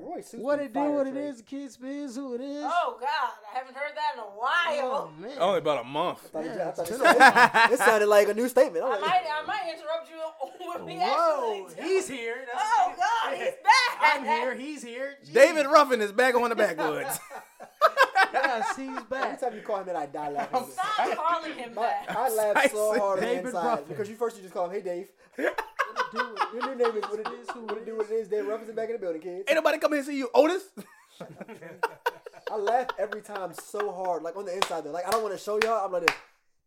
Roy Suits. What been it do, fired, what it Trey. is, the kid spins who it is. Oh God, I haven't heard that in a Oh, while. man. Only about a month. I thought, you- I thought you Yeah, said- it sounded like uh, a new statement. I'm I like, might, I might interrupt you when we Whoa, actually. he's here. That's Oh God, he's back. I'm here. He's here. Jeez. David Ruffin is back on the backwoods. Yes, he's Every back. time you call him that, I die laughing. Stop calling him My, that. I laugh so Precisely. hard on the David inside Ruffin. because you first you just call him, "Hey Dave." Do it. Your new name is what it is. What it do? What it is? Dave Ruffin's back in the building, kids. Ain't nobody coming to see you, Otis. I laugh every time so hard, like on the inside though. Like I don't want to show y'all. I'm like this.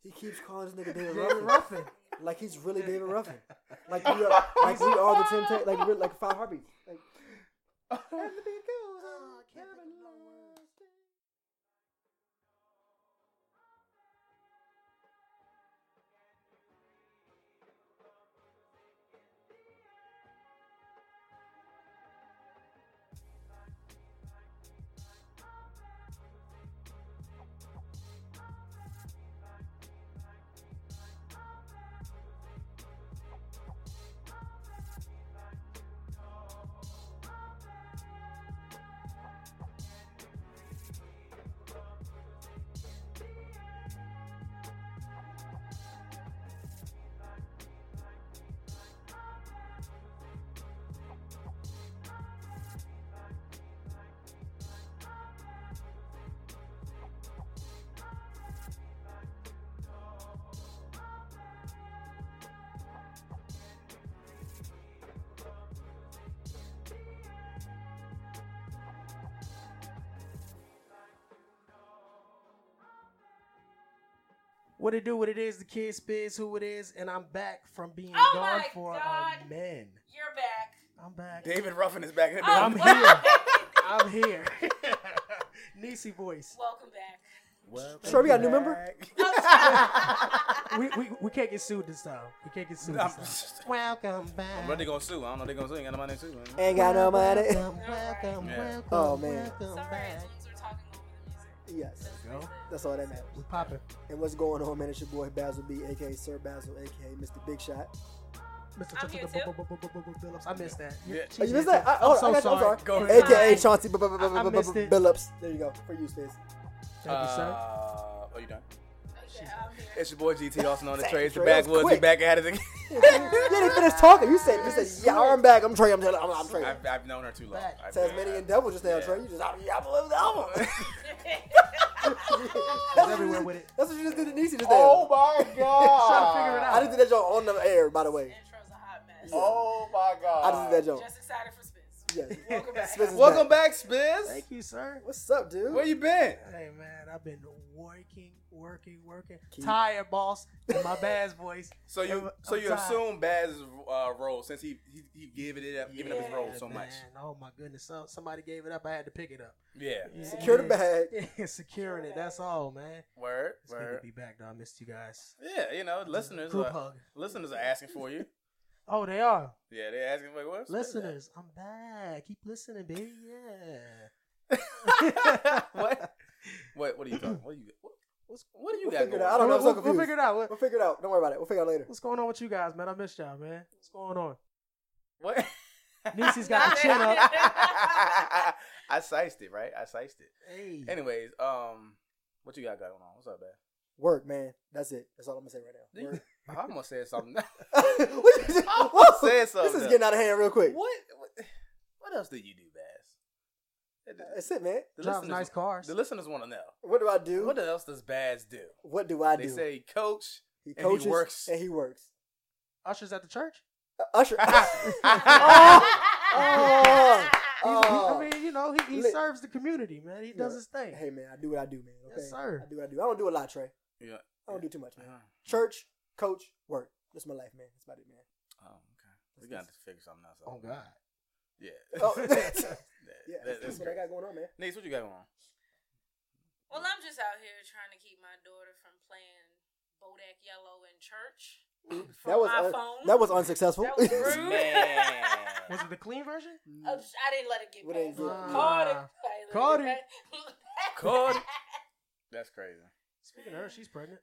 He keeps calling this nigga David David Ruffin, Ruffin. like he's really David Ruffin. Like we are, like we are the temptation, like we're like five heartbeats. Like, Oh, What it do? What it is? The kid spins who it is, and I'm back from being Oh gone my for a God. man. You're back. I'm back. David Ruffin is back in the Oh, Um, I'm building. here. wow. I'm here. Niecy voice. Welcome back. Sure, we got a new member? We, we, we can't get sued this time. We can't get sued I'm, this time. Welcome back. Uh, what they gonna sue? I don't know. They gonna sue. Ain't got nobody to sue. ain't got no money. Welcome, welcome, Yeah. welcome. Oh, man. welcome Sorry, back. as long as we're talking over the music. Yes, Go. that's all that matters. We popping. And what's going on, man? It's your boy Basil B, aka Sir Basil, aka Mr. Big Shot. Mr. I'm here, too. Billups. I missed that. Yeah. She Oh, you did missed that? too. I, oh, I'm so I got you. I'm sorry. Go ahead. AKA Fine. Chauncey B- B- B- B- I- I B- missed B- it. Billups. There you go. For you, Stacy. Thank you, sir. Uh, are you done? Okay, I'm here. It's your boy GT, also known as Damn, Trey. It's the Trey, that was backwoods. We quick. back at it again. You didn't finish talking. You said, you said, yeah, I'm back. I'm Trey. I'm Trey. I'm, I'm Trey. I've, I've known her too long. Back. I've- Tasmanian Devil just now, Yeah. Trey. You just, yeah, I believe the album. He's everywhere with it. That's what you just did to Niecy just now. Oh my Trying to figure it god. out. I just did that joke on the air, by the way. Intro's a hot mess. Oh my I god. just did that joke. Just excited for Spence. Yes. Welcome back. Spence is Welcome back, Spiz. Thank you, sir. What's up, dude? Where you been? Hey man, I've been working, working, working. Keep- Tired, boss. In my bass voice. So you I'm- so I'm you tired. assume Baz's uh, role since he he, he giving it up, giving up his role so Yeah, much. man. Oh my goodness, so, somebody gave it up. I had to pick it up. Yeah. Secure the bag. Yeah, securing it. That's all, man. Word. It's good to Word. be back, though. I missed you guys. Yeah, you know, listeners Group are, hug. listeners are asking for you. Oh, they are Yeah, they're asking like what? listeners. I'm back. Keep listening, baby. Yeah. what? What? What are you talking? What are you? What, what's, what do you We'll got figure it going? out. I don't know. I'm We'll, so we'll- we'll confused. figure it out. What, We'll figure it out. Don't worry about it. We'll figure it out later. what's going on with you guys, man? I missed y'all, man. What's going on? What? Niecy's got the chin up. I sized it right. I sized it. Hey. Anyways, um, what you got going on? What's up, man? Work, man. That's it. That's all I'm gonna say right now. Work. I almost said something. what you just, I whoa, said something. This is getting out of hand real quick. What? What, what else do you do, Baz? That's it, man. The Drives listeners, nice cars. the listeners want to know What do I do? what else does Baz do? What do I They do? say he coach. he he coaches works. and he works. Ushers at the church. Uh, Usher. Oh, oh. He's- he- I mean, you know, he, he Lit. serves the community, man. He does his thing. hey, man, I do what I do, man. Okay? Yes, sir. I do what I do. I don't do a lot, Trey. yeah. I don't do too much, man. Uh-huh. Church, coach, work. That's my life, man. That's about it, man. Oh, okay. We got to figure something else out. Oh God. Yeah. Oh, yeah. Yeah, that- that's that's what I got great. going on, man. Nate, what you got going on? Well, I'm just out here trying to keep my daughter from playing Bodak Yellow in church. From That was my un- phone. that was unsuccessful. That was rude. Was it the clean version? Oh, sh- I didn't let it get What past. ain't me. good? Caught it. Ah. I let Caught get it. past- Caught it. That's crazy. Speaking of her, she's pregnant.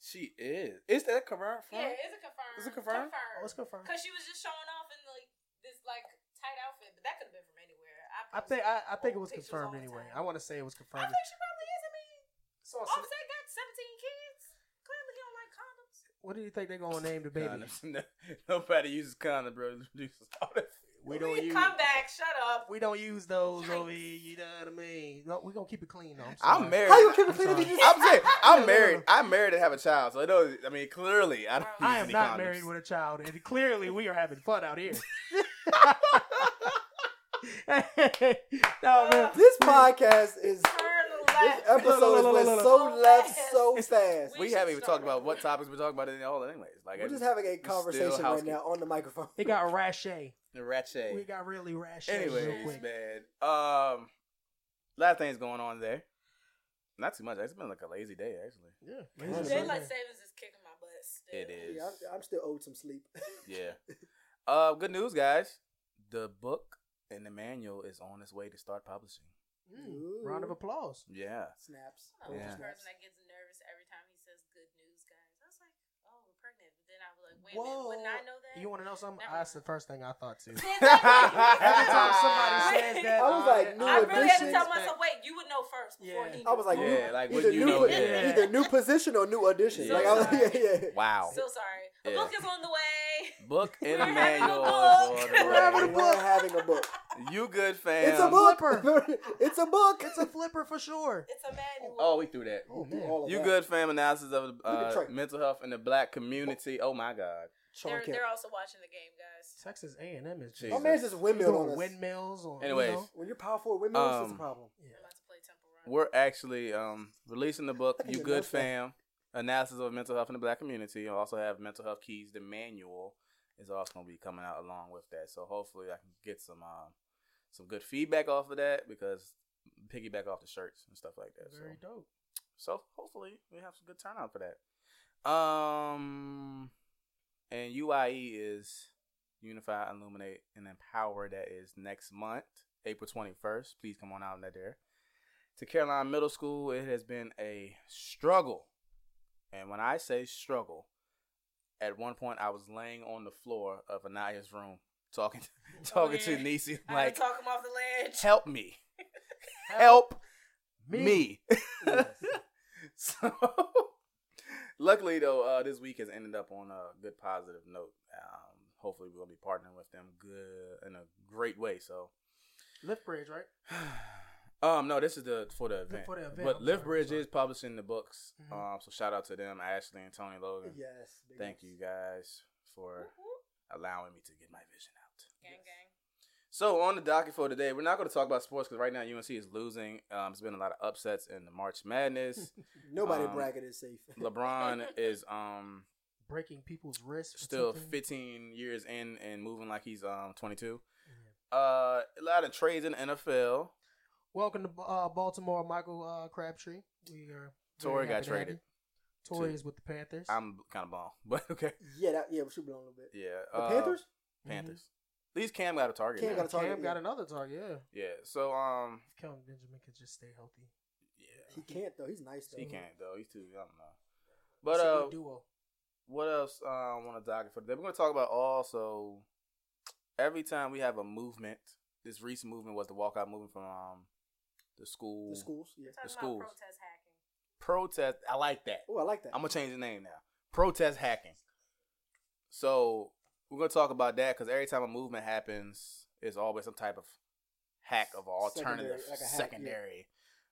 She is. Is that confirmed? Yeah, it's a confirm. Is it confirmed? Oh, it's confirmed. Because she was just showing off in like this like tight outfit, but that could have been from anywhere. I I post think I, I think it old was pictures all the confirmed anyway. time. I want to say it was I confirmed. think she probably is. I mean, It's on Cine- Offset got 17 kids. Clearly, he don't like condoms. what do you think they're gonna name the baby? Condoms. No, nobody uses condom, bro. It reduces all that. We don't use Come back. Shut up. we don't use those Yikes. over here. You know what I mean? No, we gonna keep it clean though. sorry. I'm, married. How you keep I'm it clean if you sorry. just I'm saying No, no, I'm no. married. I'm married and have a child. So I know. I mean, clearly, I don't. I I use am any not condoms. married with a child, and clearly we are having fun out here. no man, This podcast is Turn the this light. episode Look, look, has look, went look, so look. left so fast. We should haven't even start talked about with what that. topics we're talking about in all, anyways. Like, We're I just having a still conversation right housekeeping. now on the microphone. it got rache. the ratchet. We got really rache. real Anyways, quick. man. Um, a lot of things going on there. Not too much. It's been like a lazy day, actually. Yeah, Daylight it's Daylight Sunday. savings is kicking my butt. Still. It is. Yeah, I'm, I'm still owed some sleep. Yeah. Uh, good news, guys. The book and the manual is on its way to start publishing. Mm, round of applause. Yeah. Snaps. I'm the Yeah. person that gets nervous every time he says good news, guys. I was like, oh, we're pregnant. But then I was like, wait a minute, wouldn't I Whoa. know that? You want to know something? Never That's the mind. first thing I thought too. Then they like- Every time somebody says that, I was uh, like, new I really had to edition. tell myself, wait, you would know first before Yeah. he. I was like, knew. Yeah, like, either wouldn't you new, know po- it? Yeah. either new position or new audition. Yeah. Like I was, yeah, yeah. Wow. so sorry. A Yeah. book is on the way. Book and We're the having a manual. is book. on the We're having a way. We are having a book. You good, fam? It's a book. it's a book. It's a flipper for sure. It's a manual. Oh, we threw that. Oh Do man, all of You that. good, fam? Analysis of Look at uh, Trey. mental health in the black community. Oh my God. Sean they're, Kemp. they're also watching the game, guys. Texas A and M is Jesus. My man's just windmill on doing us. windmills on. Anyways. you know? When you're powerful at windmills, it's a Um, problem. I'm about to play Temple Run. We're actually um, releasing the book, I You didn't Good know that. Fam, Analysis of Mental Health in the Black Community. I also have Mental Health Keys, the manual is also going to be coming out along with that. So hopefully I can get some um, some good feedback off of that because piggyback off the shirts and stuff like that. So, Very dope. so hopefully we have some good turnout for that. Um, And UIE is Unify, Illuminate, and Empower. That is next month, April 21st. Please come on out that there to Caroline Middle School, it has been a struggle. And when I say struggle, at one point I was laying on the floor of Anaya's room talking talking yeah. to Nisi I'm gonna like talk him off the ledge. help me. Help me. me. Yes. so luckily though, uh, this week has ended up on a good positive note. Um, hopefully we'll be partnering with them good in a great way. So Lift bridge, right? um, no, this is the for the event. For the event, But I'm Lift sorry, Bridge sorry. is publishing the books. Mhm. Um, so shout out to them, Ashley and Tony Logan. Yes. big Thank you ups. guys for Whoop, whoop. allowing me to get my vision out. Gang, gang. So on the docket for today, we're not going to talk about sports because right now UNC is losing. Um, it's been a lot of upsets in the March Madness. Nobody Um, bragging is safe. LeBron is um Breaking people's wrists. for still something. 15 years in and moving like he's um 22. Uh, a lot of trades in the NFL. Welcome to uh, Baltimore, Michael uh, Crabtree. We are. very Torrey happy got to have traded. you. Torrey to- is with the Panthers. I'm kind of blown, but okay. yeah, that, yeah, we should be on a little bit. Yeah. The uh, Panthers. Mhm. Panthers. At least Cam got a target. Cam man. got a target, Cam got yeah. another target. Yeah. Yeah. So um. If Kelvin Benjamin could just stay healthy. Yeah. He can't though. He's nice though. uh, He can't though. He's too. I don't know. It's But a uh, good duo. what else uh, I want to docket for today? We're going to talk about also every time we have a movement. This recent movement was the walkout movement from um the school, The schools. Yeah. We're talking schools. about protest hacking. protest. I like that. Oh, I like that. I'm gonna change the name now. Protest hacking. So we're gonna talk about that because every time a movement happens, it's always some type of hack of an Secondary, alternative like a hack, yeah. secondary.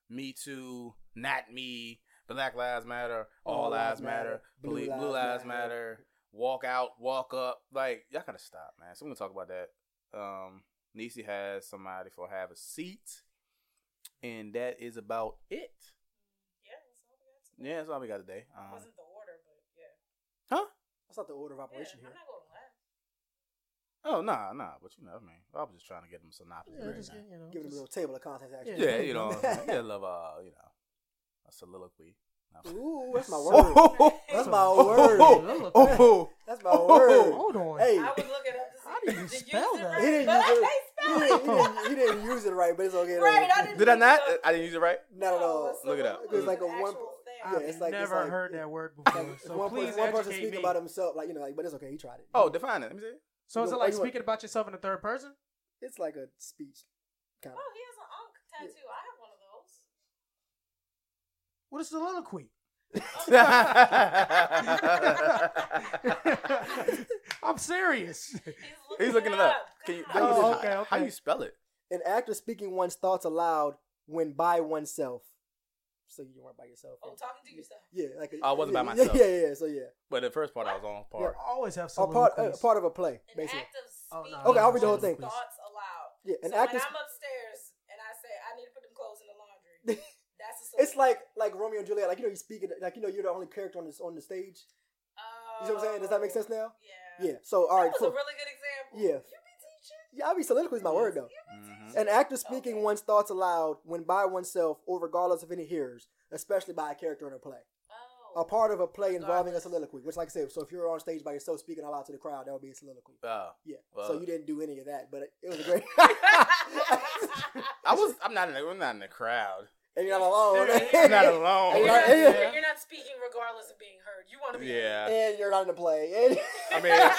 Me too, not me. Black lives matter. All, All lives lives matter, matter. blue Blue, blue lives lives matter. matter. Walk out. Walk up. Like y'all gotta stop, man. So we're gonna talk about that. Um, Nisi has somebody for have a seat, and that is about it. Yeah, that's all we got. to do. Yeah, that's all we got today. Um, Wasn't the order, but yeah. That's not the order of Yeah, operation I'm here. not going to laugh. Oh nah, nah, but you know, I mean, I was just trying to get him a synopsis. Yeah, right just now. get, you know. Give it a just- little table of contents action. Yeah. yeah, you know, yeah, love uh, you know, a soliloquy. Ooh, that's my word. Oh, That's my oh, word. oh, oh, That's my Oh. word. Hold on. Hey, I would look it up to see. How do you did spell use it that? right? He didn't But use I it. can't he spell didn't, he, didn't, he didn't use it right, but it's okay. though. Right, I didn't- did I not? I didn't use it right. Not at all. Look it up. It's like a An one. actual thing. Yeah, I've it's like never it's like, heard that word Like, before. it's So one, please person, one person educate speaking me. about himself, like you know, like but it's okay. He tried it. Oh, define it. Let me see. So is You it know, like you want- speaking about yourself in the third person? it's like a speech kind Oh, of. What a soliloquy. I'm serious. He's looking it up. Can you, how, you, Oh, how- okay, okay. how you spell it? An actor speaking one's thoughts aloud when by oneself. So you weren't by yourself. Oh, talking to yourself. Yeah, like a, Oh, I wasn't by yeah, myself. Yeah, yeah, yeah. So yeah, But the first part I was on I par. always have a part, soliloquies. a part of a play, An basically. act of Oh, speaking. no, Okay, I'll read the whole thing. Thoughts aloud. Yeah, an so act when is, I'm upstairs and I say I need to put them clothes in the laundry, that's a solution. Oh, it's like like Romeo and Juliet. Like you know, you speak it. Like you know, you're the only character on this on the stage. Oh, You know what I'm saying? Does that make sense now? Yeah. Yeah. So all That right, was a cool. really good example. Yeah. You be teaching. yeah, I mean, soliloquy is my word though. Mhm. An actor speaking Okay. one's thoughts aloud when by oneself or regardless of any hearers, especially by a character in a play. Oh. A part of a play involving a Regardless. soliloquy, which, like I said, so if you're on stage by yourself speaking aloud to the crowd, that would be a soliloquy. Oh. Yeah. so Well- you didn't do any of that, but it, it was a great. I was. I'm not. In the, I'm not in the crowd. and you're not alone. I'm not Hey, You're alone. Yeah. not, hey, you're- yeah. you're not speaking regardless of being heard. You want to be Yeah. and you're not in the play. And, I mean,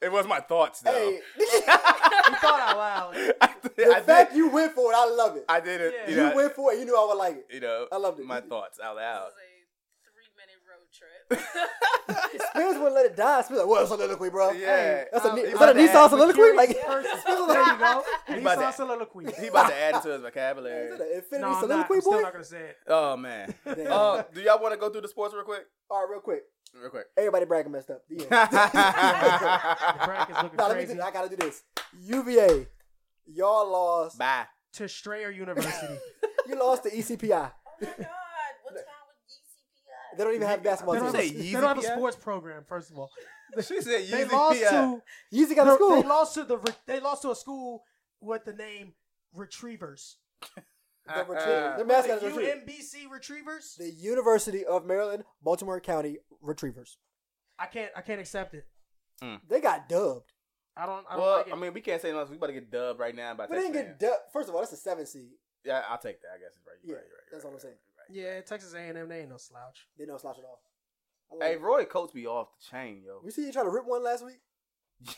it was my thoughts though. hey, You thought out loud. I, did- the I fact did. you went for it, I love it. I did it. Yeah. You, you know, went for it. You knew I would like it. you know. I loved it. my thoughts out loud. This is a three-minute road trip. Oh Spears wouldn't let it die. Spears like, well, soliloquy, bro. Yeah. Hey, that's a, Um, ne- is he that a about to Nissan add soliloquy? Like, Person. Spears was There you like, go. about Nissan that. soliloquy. He about to add to his is vocabulary. that an infinity No, I'm not. soliloquy, I'm still boy? not gonna say it. Oh man. Damn. Uh, do y'all want to go through the sports real quick? All right, real quick. Real quick. Everybody bragging messed up. The end. The crack is looking Nah, let me crazy. do, I gotta do this. UVA, y'all lost. Bye. To Strayer University. You lost to E ECPI. oh my God, what's wrong with E DCPI? They don't even have basketball they, Did don't teams. have a, you they say don't have a Yeezy, yeah? sports program, first of all. She said They lost to Yeezy got the- a school. They lost to the re- they lost to a school with the name Retrievers. Uh, The Retrievers. Their mascot is the a retriever. UMBC Retrievers. The University of Maryland, Baltimore County Retrievers. I can't I can't accept it. They got dubbed. I don't. I don't Well, like it. I mean, we can't say nothing. else. We about to get dubbed right now. By But they didn't Texas get dubbed. First of all, that's a seven seed. A&M. Yeah, I'll take that. I guess it's right. You're Yeah, right, you're right, that's you're what I'm right, saying. you're yeah, Texas A and M. They ain't no slouch. They know slouch at all. I love right. it. Hey, Roy Coates be off the chain, yo. We see you trying to rip one last week.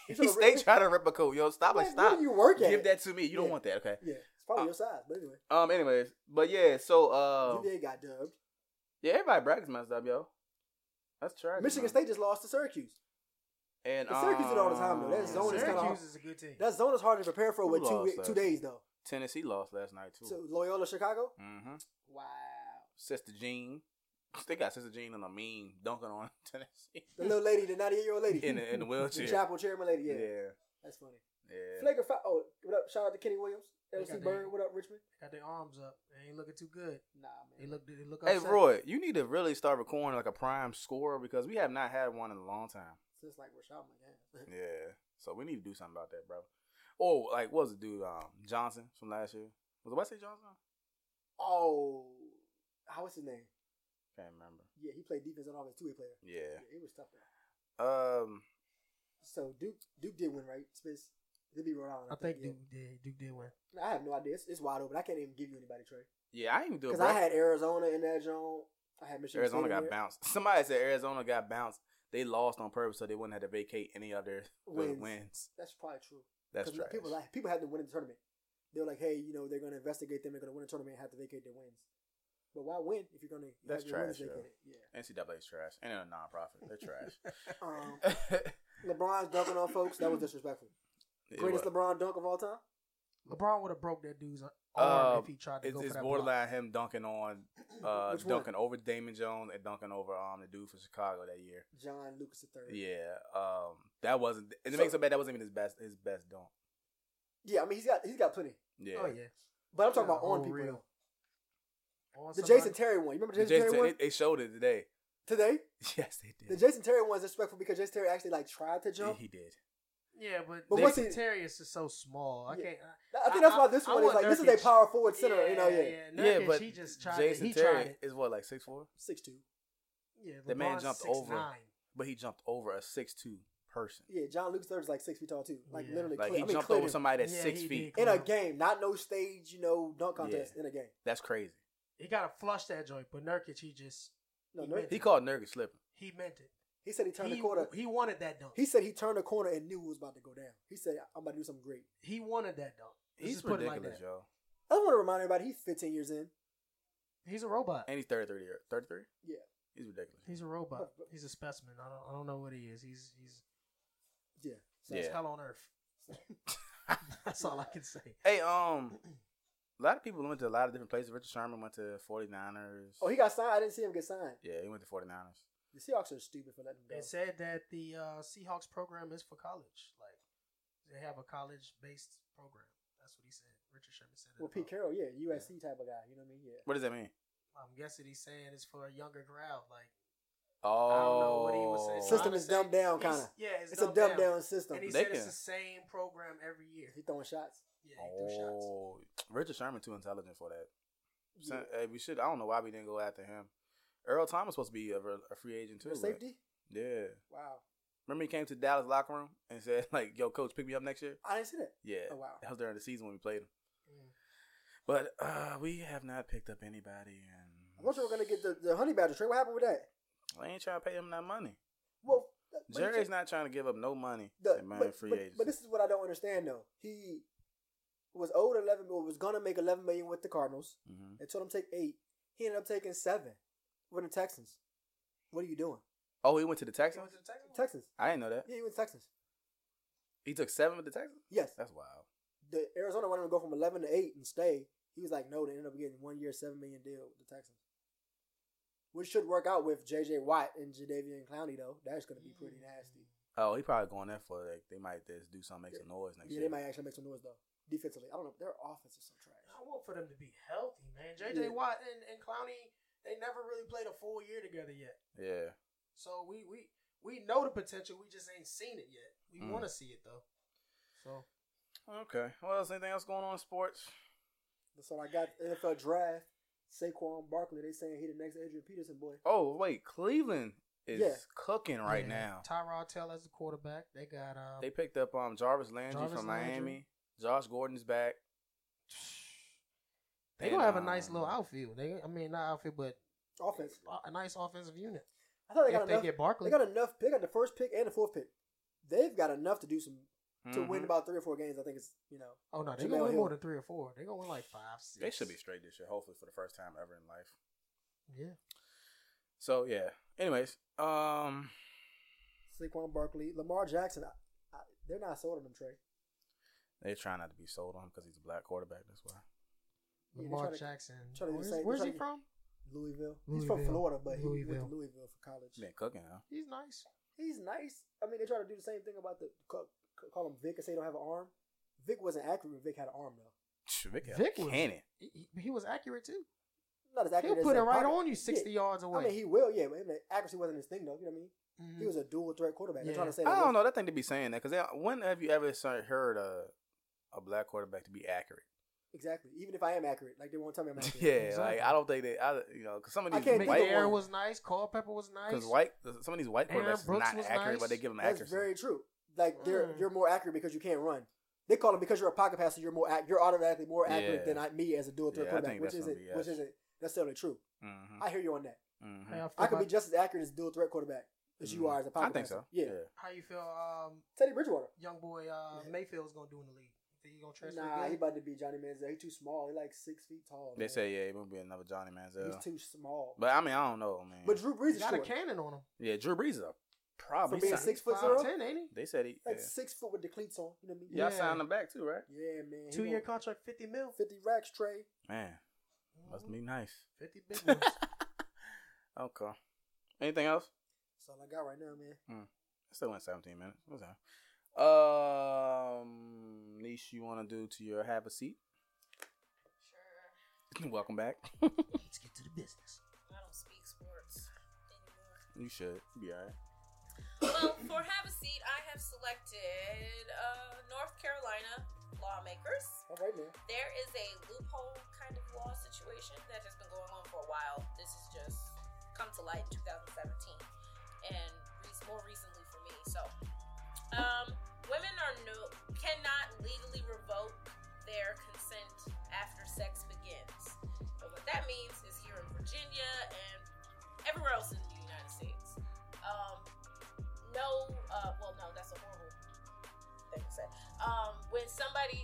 he stay trying to rip a coat, yo. Stop, like, Like, where stop. do you work at? Give that to me. You don't Yeah. want that, okay? Yeah, it's probably Uh, your size. But anyway, Um. Anyways, but yeah. So, uh, UVA got dubbed. yeah, everybody brackets messed up, yo. That's tragic. Michigan man. State just lost to Syracuse. and the Syracuse did all the time, though. That um, zone is kinda- Syracuse is a good team. That zone is hard to prepare for Who with two lost week- that? two days though. Tennessee lost last night too. So Loyola Chicago. mm-hmm. Wow. Sister Jean. They got Sister Jean and a mean dunking on Tennessee The little lady, the 98 year old lady. in the, in the the wheelchair. chapel chairman lady. yeah. Yeah, yeah. that's funny. Flaker five. Oh, what up? Shout out to Kenny Williams. LC Goddamn. Bird. What up, Richmond? Got their arms up. They ain't looking too good. Nah, They look. They look. Hey upset. Roy, you need to really start recording like a prime scorer because we have not had one in a long time. Since like Rashad McGann. Yeah. So we need to do something about that, bro. Oh, like what was the dude? Um, Johnson from last year. Was it Wesley Johnson? Oh, how was his name? Can't remember. Yeah, he played defense and offense, two way player. Yeah. it was tough. though. Um. So Duke, Duke did win, right? Spence. It'd be Rhode Island. I think yeah. Duke did. Duke did win. I have no idea. It's, it's wide open. I can't even give you anybody, Trey. Yeah, I didn't even do it. Because I had Arizona in that zone. I had Michigan. Arizona State in got there. bounced. Somebody said Arizona got bounced. They lost on purpose so they wouldn't have to vacate any of their Wins. wins. wins. That's probably true. That's 'Cause trash. People like people had to win the tournament. They were like, hey, you know, they're going to investigate them. They're going to win a tournament and have to vacate their wins. But why win if you're going to? That's have your wins trash, yo. vacated? Yeah. NCAA's trash. And they're a nonprofit. They're trash. Um, LeBron's dunking on folks. That was disrespectful. It Greatest was- LeBron dunk of all time. LeBron would have broke that dude's arm Uh, if he tried to it's, go for it's that block. borderline him dunking on, uh, Which one? dunking over Damon Jones and dunking over um the dude from Chicago that year. John Lucas III. Yeah, um, that wasn't. And it So- Oh, makes it bad. That wasn't even his best. His best dunk. Yeah, I mean he's got he's got plenty. Yeah. Oh yeah. But I'm talking Yeah, about on oh, people. real. Oh, though. On The somebody- Jason Terry one. You remember the The Jason Jason- Terry one they, they showed it today. today? Yes, they The did. Jason Terry one's disrespectful because Jason Terry actually like tried to Yeah, jump. he did. Yeah, but, But what's Jason it- Terry is just so small. I Yeah. can't. I, I think that's I- why this I one is want like this Nurkic. is a power forward center. you know, yeah, Nurkic, yeah, but he just tried. Jason it. He Terry tried it. is what like six four, six two. Yeah, The man LeBron's jumped 6'9". over. but he jumped over a six two person. Yeah, John Lucas III is like six feet tall too. Like Yeah. literally, Like clear- he I mean, jumped cleared over him. somebody that's Yeah, six he feet. did. in a Wow. game, not no stage, you know, dunk contest in a game. That's crazy. He gotta flush that joint, but Nurkic, he just No, He Nurkic- meant he, He called Nurkic slipping. he meant it. said he turned He, the corner. he wanted that dunk. He, said he turned the corner and knew it was about to go down. He said, "I'm about to do something great." He wanted that dunk. Let's He's just put it like ridiculous, that. yo. I just want to remind everybody, he's 15 years in. He's a robot. And he's 33 year- 33? Yeah. He's ridiculous. He's a robot. He's a specimen. I don't, I don't know what he is. He's he's Yeah. so it's Yeah. hell on earth. That's all I can say. Hey, um, a lot of people went to a lot of different places. Richard Sherman went to 49ers. Oh, he got signed. I didn't see him get signed. yeah, he went to 49ers. The Seahawks are stupid for letting him go. They said that the uh, Seahawks program is for college. Like they have a college based program. That's what he said. Richard Sherman said. it Well, Pete Carroll, about- yeah, USC type of guy. You know what I mean? Yeah. What does that mean? I'm guessing he's saying it's for a younger crowd. Like Oh, know what he was saying. System I'm is saying dumbed down, he's- kind of. Yeah, it's, It's a dumbed down system. And he He They said it's can- the same program every year. throwing shots. Yeah, he threw shots. Oh, Richard Sherman too intelligent for that. So, Yeah. eh, we should. I don't know why we didn't go after him. Earl Thomas supposed to be a, re- a free agent too. The but- safety? Yeah. Wow. Wow. Remember he came to Dallas locker room and said like, "Yo, coach, pick me up next year." I didn't see that. Yeah. Oh, wow. That was during the season when we played him. Mm. But uh, we have not picked up anybody, and I'm not sure we're gonna get the, the honey badger trade. What happened with that? I ain't trying to pay him that money. Well, but it's Jerry's just- not trying to give up no money. the- in my but, free but, agent. but this is what I don't understand though. He was owed 11 million. Was gonna make 11 million with the Cardinals. Mhm. They told him to take eight. He ended up taking seven with the Texans. What are you doing? Oh, he went to the He Texans. went to the Texans? Texans. I didn't know that. Yeah, he went to Texans. He took seven with the Texans. Yes. That's wild. the Arizona wanted him to go from eleven to eight and stay. He was like, no, they ended up getting one year, seven million deal with the Texans, which should work out with J.J. Watt and Jadavian Clowney though. That's going to be pretty nasty. Oh, he probably going there for like they might just do something, make some noise next Yeah, year. they might actually make some noise though. Defensively, I don't know. Their offense is so trash. I want for them to be healthy, man. Yeah. JJ Watt and, and Clowney, they never really played a full year together yet. Yeah. So we we we know the potential. We just ain't seen it yet. We Mm. want to see it though. So Okay. Well, is anything else going on in sports? That's all I got. NFL draft. Saquon Barkley. They saying he the next Adrian Peterson boy. Oh wait, Cleveland is Yeah. cooking right Yeah, now. Tyrod Taylor as the quarterback. They got um, They picked up um Jarvis Landry Jarvis from Landry. Miami. Josh Gordon is back. they gonna have a And, nice um, little outfield. They I mean not outfield, but Offense. a nice offensive unit. I thought they if got they enough. get Barkley, They got enough. They got the first pick and the fourth pick. They've got enough to do some to win Mm-hmm. mhm. about three or four games. I think it's you know oh no, they Jamel gonna win Hill. more than three or four. They gonna win like five, six. mm-hmm. They should be straight this year, hopefully for the first time ever in life. Yeah. So yeah. Anyways, um, Saquon Barkley, Lamar Jackson. I, I, they're not sold on them, Trey. they try not to be sold on him because he's a black quarterback. That's why. Yeah, they Lamar try to- Jackson. try to do the where's same- they where's try he to- from? Louisville. He's from Louisville. Florida, but he went Louisville. to Louisville for college. He's been cooking, huh? He's nice. He's nice. I mean, they try to do the same thing about the call, call him Vic and say he don't have an arm. Vic wasn't accurate. Vic had an arm though. Shh, Vic, had a Vic was- cannon. He, he- he was accurate too. Not as accurate. He'll as put it that right pocket- on you, sixty Yeah. yards away. I mean, he will. Yeah, but the accuracy wasn't his thing though. You know what I mean? Mhm. He was a dual threat quarterback. They're Yeah. trying to say. I don't know. That thing to be saying that because when have you ever ser- heard a a black quarterback to be accurate? Exactly. Even if I am accurate, like they won't tell me I'm accurate. yeah, Exactly. like I don't think they, I, you know, because some of I these can't think of white, McNair one. was nice. Culpepper was nice. because white, some of these white Aaron quarterbacks is Brooks not was accurate, nice. but they give them That's accuracy. very true. Like they're Mm. you're more accurate because you can't run. They call it because you're a pocket passer. You're more ac- you're automatically more accurate Yeah. than I, me as a dual threat Yeah, I quarterback, think which that's isn't gonna be which us. isn't necessarily true. Mhm, I hear you on that. mhm. How y'all feel I could be about- just as accurate as dual threat quarterback as you Mhm. are as a pocket I think passer. so. Yeah. How you feel, um, Teddy Bridgewater. young boy uh, Yeah. Mayfield's gonna do in the league? Think he gonna transfer? Nah, good? he about to be Johnny Manziel. He's too small. He's like six feet tall. They man. say yeah, it will be another Johnny Manziel. he's too small. But, But I mean, I don't know, man. Drew He Brees is got a short. cannon on him. yeah, Drew Brees is a problem. For being He signed- six foot Five zero, ten, ain't he? They said he. like yeah. six foot with the cleats on. You know what I mean? Y'all Yeah. signed him back too, right? Yeah, man. Two year contract. contract, fifty mil. fifty racks, Trey. Man, must be nice. fifty big ones. Okay. Anything else? That's all I got right now, man. I still went 17 minutes. What's that? Um, niche you want to do to your have a seat? Sure. Welcome back. Let's get to the business. I don't speak sports anymore. you should be all right. well, for Have a Seat, I have selected uh, North Carolina lawmakers. All right, man. There is a loophole kind of law situation that has been going on for a while. This has just come to light in 2017 and re- more recently for me. So, um, women are no cannot legally revoke their consent after sex begins. And what that means is here in Virginia and everywhere else in the United States, um, no, uh, well, no, that's a horrible thing to say. Um, when somebody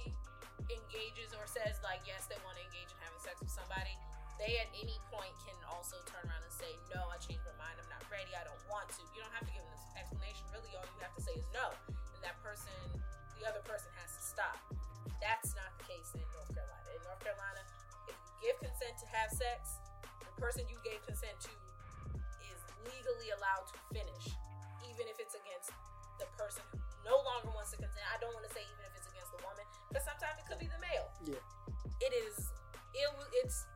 engages or says like yes, they want to engage in having sex with somebody, they at any point can also turn around and say, No, I changed my mind. I'm not ready. I don't want to. You don't have to give them this explanation. Really, all you have to say is no. And that person, the other person has to stop. That's not the case in North Carolina. In North Carolina, if you give consent to have sex, the person you gave consent to is legally allowed to finish, even if it's against the person who no longer wants to consent. I don't want to say even if it's against the woman, because sometimes it could be the male. Yeah. It is. It, it's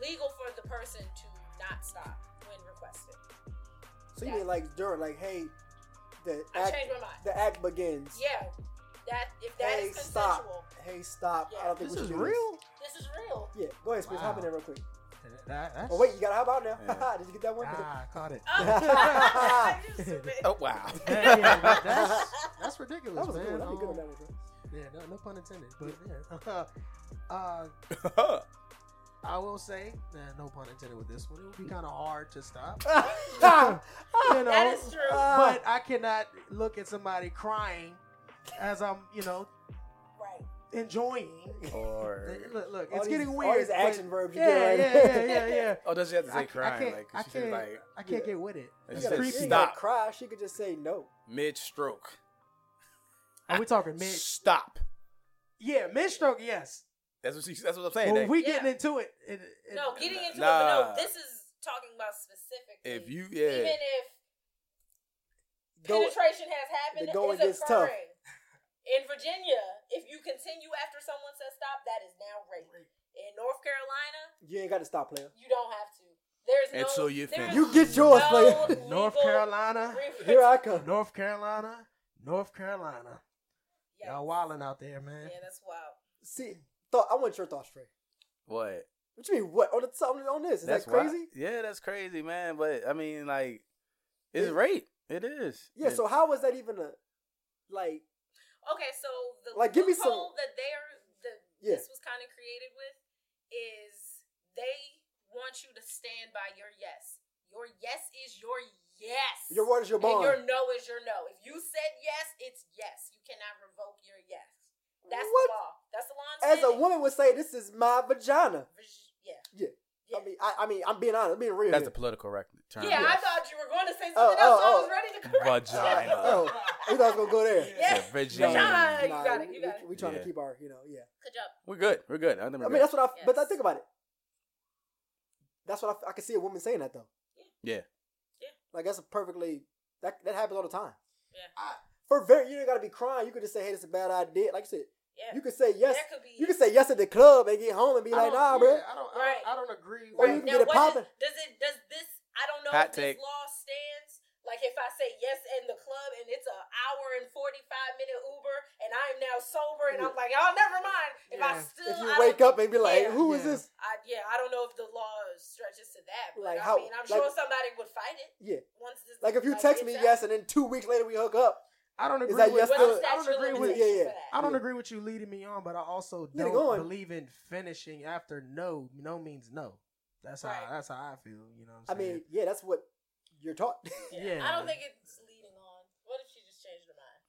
legal for the person to not stop when requested. So you mean like during like hey, the I act changed my mind. the act begins. Yeah, that if that hey is consensual, stop. Hey stop. I Yeah. don't think This we is should do real. this is real. Yeah. Go ahead, Spears. Hop in Wow. there real quick. That, that's, Oh wait, you gotta hop out now. Yeah. Did you get that one? ah, I caught it. Oh, you Um, stupid. Oh wow. Damn, that's, that's That ridiculous, was a man. good. one. I did good on Um, that one. Bro. Yeah, no, no pun intended. But yeah, uh, I will say, nah, no pun intended with this one. It would Mm. be kind of hard to stop. Ah! you know, That is true. Ah, but I cannot look at somebody crying as I'm, you know, right. enjoying. or Look, look, All it's these- getting all weird. these but- action verbs you yeah, get right yeah, now. yeah, yeah, yeah. oh, does she have to I, say c- I crying? can't, like I she said, can't, like I can't Yeah. get with it. It's You just gotta- creepy. she ain't gotta stop Cry. She could just say no. mid stroke. Are we talking mid? Stop. Yeah, mid stroke. Yes. That's what she, That's what I'm saying. When Like, we Yeah. getting into it, it, it No, getting into it. But Nah. no, this is talking about specifically. if you even yeah, if Go- penetration has happened, the going it's gets tough. occurring. In Virginia, if you continue after someone says stop, that is now rape. In North Carolina, You ain't got to stop, player. you don't have to. There's no. Until you there's finish. You get yours, no player. legal North Carolina, reason- Here I come. North Carolina, North Carolina. Yeah. Y'all wilding out there, man. Yeah, that's wild. See, thought I want your thoughts, Trey. what? What you mean? What on the on, on this? Is that why- crazy? yeah, that's crazy, man. But I mean, like, it's It- rape. It is. Yeah. It- So how was that even a like? Okay, so the Like, give me some- loophole that they are that Yeah. this was kind of created with is they want you to stand by your yes. Your yes is your yes. Your word is your bond. And your no is your no. If you said yes, it's yes. You cannot revoke your yes. That's What? the law. That's the law. in As a Spain. woman would say, this is my vagina. Vag- Yeah. I mean, I, I mean, I'm being honest. I'm being real. that's the here. political correct term. Yeah, I Yes. thought you were going to say Oh, something oh, else. so I oh. was ready to correct. you. Vagina. Oh, we thought I was gonna go there. Yeah. It's a vagina. Vagina. You Nah, got it, we- you got we, we trying to Yeah. keep our, you know, yeah. Good job. We're good. We're good. I think we're I mean, good. that's what I. But I Yes. think about it. That's what I, I can see a woman saying that though. Yeah. Yeah. Like that's a perfectly that that happens all the time. Yeah. I- for very, you don't gotta be crying. You could just say, "Hey, this is a bad idea." Like you said, Yeah. you could say yes. That could be. You could say yes at the club and get home and be I like, "Nah, don't- bro." yeah, I don't, I Right. don't, I don't agree. Or you with- can get it what is- poppin'. does it does this? I don't know if Hot take. this law stands. Like if I say yes in the club and it's an hour and forty five minute Uber and I am now sober and I'm like, oh, never mind. If I Yeah. still, If you I wake don't, up and be like, Yeah. "Who is Yeah. this?" I, yeah, I don't know if the law stretches to that. But Like, I how- mean, I'm like- sure somebody would fight it Yeah. once this. Like if you text it's me out. yes and then two weeks later we hook up. I don't agree. that with, yes But still- the I don't statute of agree with. limitations limitations yeah, for that. I don't Yeah. agree with you leading me on, but I also Let it don't go on. believe in finishing after no. No means no. That's how. Right. That's how I feel. You know. What I I'm saying? mean, yeah, that's what you're taught. yeah. I don't think it's leading on. What if she just changed her mind?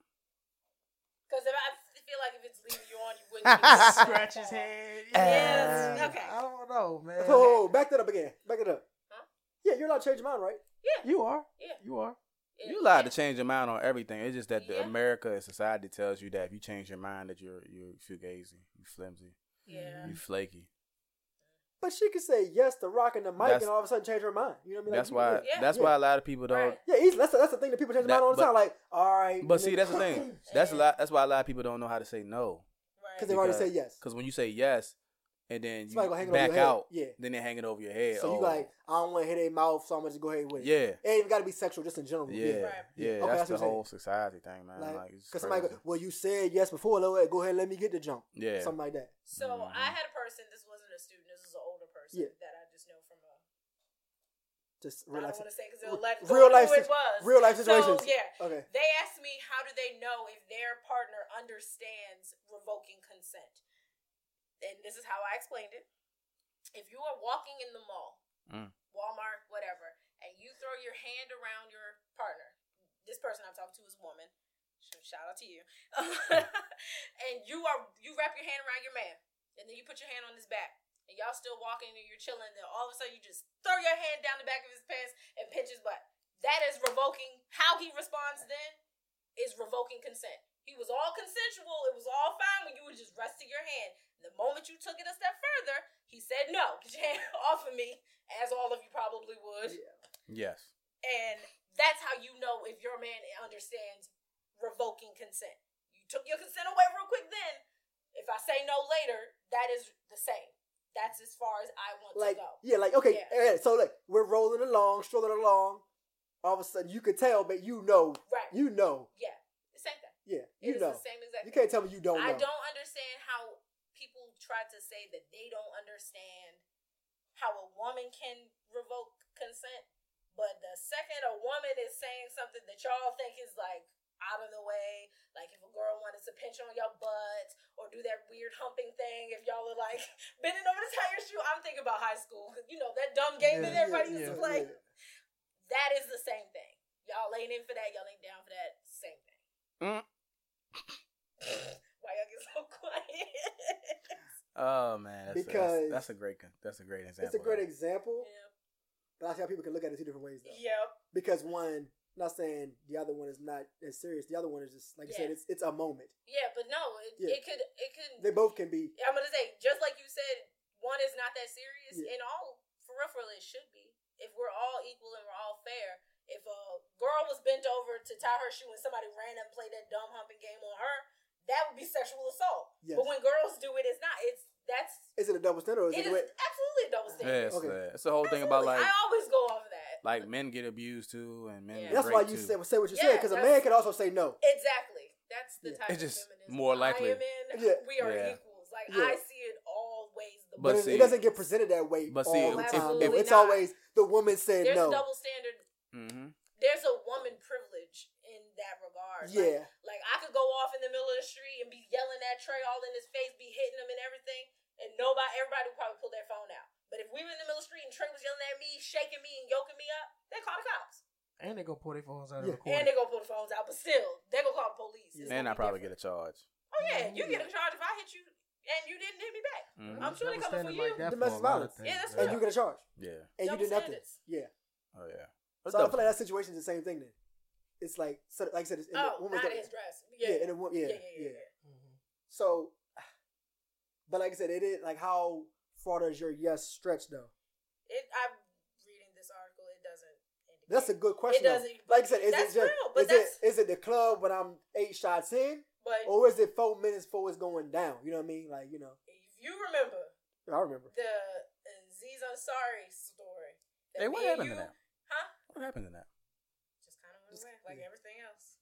Because if I I feel like if it's leading you on, you wouldn't even scratch his head. Uh, Yes, Yeah. okay. I don't know, man. oh, back that up again. Back it up. Huh? Yeah, you're allowed to change your mind, right? You are. Yeah. You are. Yeah. You allowed to change your mind on everything. It's just that the Yeah. America and society tells you that if you change your mind, that you're you're fugazi, you flimsy, Yeah. you flaky. But she could say yes to rocking the mic That's- and all of a sudden change her mind. You know what I mean? Like, that's you why. can- Yeah. That's why a lot of people don't. Right. Yeah, he's, that's that's the thing that people change their mind That- all the but- time. Like, all right. But see, that's the thing. That's a lot. That's why a lot of people don't know how to say no. Right. Because they already Because- say yes. Because when you say yes, and then you Somebody gonna hang it over back your head. out, Yeah. then they hang it over your head. So oh, you like, I don't want to hit their mouth, so I'm gonna just go ahead with it. yeah, It ain't even gotta be sexual, just in general. yeah, yeah. Right. Oh, Okay, that's, that's the what I'm whole society thing, man. Like, Like, it's Because somebody crazy. go, well, you said yes before, Lil, go ahead and let me get the jump. yeah, Something like that. So I had a person. This wasn't a student. This was an older person Yeah. that I just know from a. Just I don't relax. want to say because it was like oh, Real life who it sit- was. Real life so situations. yeah, Okay. they asked me how do they know if their partner understands revoking consent, and this is how I explained it. If you are walking in the mall, Mm. Walmart, whatever, and you throw your hand around your partner, this person I'm talking to is a woman. sh- Shout out to you. and you are you wrap your hand around your man, and then you put your hand on his back. and y'all still walking and you're chilling, then all of a sudden you just throw your hand down the back of his pants and pinch his butt. That is revoking how he responds then is revoking consent. He was all consensual, it was all fine when you were just resting your hand. The moment you took it a step further, he said no, get your hand off of me, as all of you probably would. Yes. And that's how you know if your man understands revoking consent. You took your consent away real quick then. If I say no later, that is the same. That's as far as I want like to go. yeah, like okay, Yeah. yeah, so like we're rolling along, strolling along. All of a sudden, you could tell, but you know, Right. you know, yeah. The same thing. yeah, you It is know. the same exact You can't tell me you don't know. I don't understand how people try to say that they don't understand how a woman can revoke consent, but the second a woman is saying something that y'all think is like out of the way, like if a girl wanted to pinch on your butt or do that weird humping thing, if y'all are like bending over the tire shoe, I'm thinking about high school. You know, that dumb game that Yeah, everybody yeah, used to yeah, play. yeah. That is the same thing. Y'all ain't in for that, y'all ain't down for that, same thing. Mm. Why y'all get so quiet? Oh man, that's a, that's, Because- that's a great con- that's a great example. It's a great example, Yep. but I see how people can look at it two different ways though. Yep. Because one, not saying the other one is not as serious. The other one is just like you said, Yeah. it's it's a moment. Yeah, but no, it, Yeah. it could it could They both can be. I'm gonna say, just like you said, one is not that serious Yeah. and all peripheral it should be. If we're all equal and we're all fair. If a girl was bent over to tie her shoe and somebody ran up and played that dumb humping game on her, that would be sexual assault. Yes. But when girls do it, it's not. It's that's Is it a double standard? Or is it, it is wet? absolutely a double standard. Yeah, it's, Okay. the- it's the whole thing about Absolutely. like I always go off of that. like men get abused too, and men. Yeah. get That's raped why you too. say, say what you Yeah, said because a man that's- can also say no. Exactly. That's the Yeah. type It's of just feminism more likely. I am in. Yeah. We are Yeah. equals. Like Yeah. I see it always. The But, But it- see- it doesn't get presented that way but see, all the if- time. if- though. it's Absolutely not. always the woman said there's no. a double standard. Mhm. There's a woman privilege in that regard. Like, yeah, like I could go off in the middle of the street and be yelling at Trey all in his face, be hitting him and everything, and nobody, everybody would probably pull their phone out. But if we were in the middle of the street and Trey was yelling at me, shaking me, and yoking me up, they call the cops. And they go put their phones out of Yeah. the And corner. they gonna pull the phones out, but still, they gonna call the police. It's and gonna I be probably get different. a charge. Oh yeah, you Mm-hmm. get a charge if I hit you and you didn't hit me back. Mhm. Uh-huh. I'm sure they coming for Standing you. Mm-hmm. Like that for Domestic a lot violence. Of things, Yeah, that's bro. and you get a charge, Yeah. and you Double did nothing. standards. Yeah, Oh yeah. so I feel like that situation is the same thing. Then it's like, so, like I said, it's, and the Oh, woman's not double- his dress. yeah, Yeah, and the wo- yeah, yeah, yeah, yeah. yeah. yeah. Mhm. So, but like I said, it is like how far does your yes stretch though? It, I'm reading this article. It doesn't. Indicate. That's a good question. though. doesn't- Like I said, is that's it just real, but is that's- it is it the club when I'm eight shots in, But or is it four minutes before it's going down? You know what I mean? Like you know, if you remember I remember. the Aziz Ansari story, that Hey, what me and happened to you- that? Huh? What happened to that? Just kind of went away, like yeah. everything else.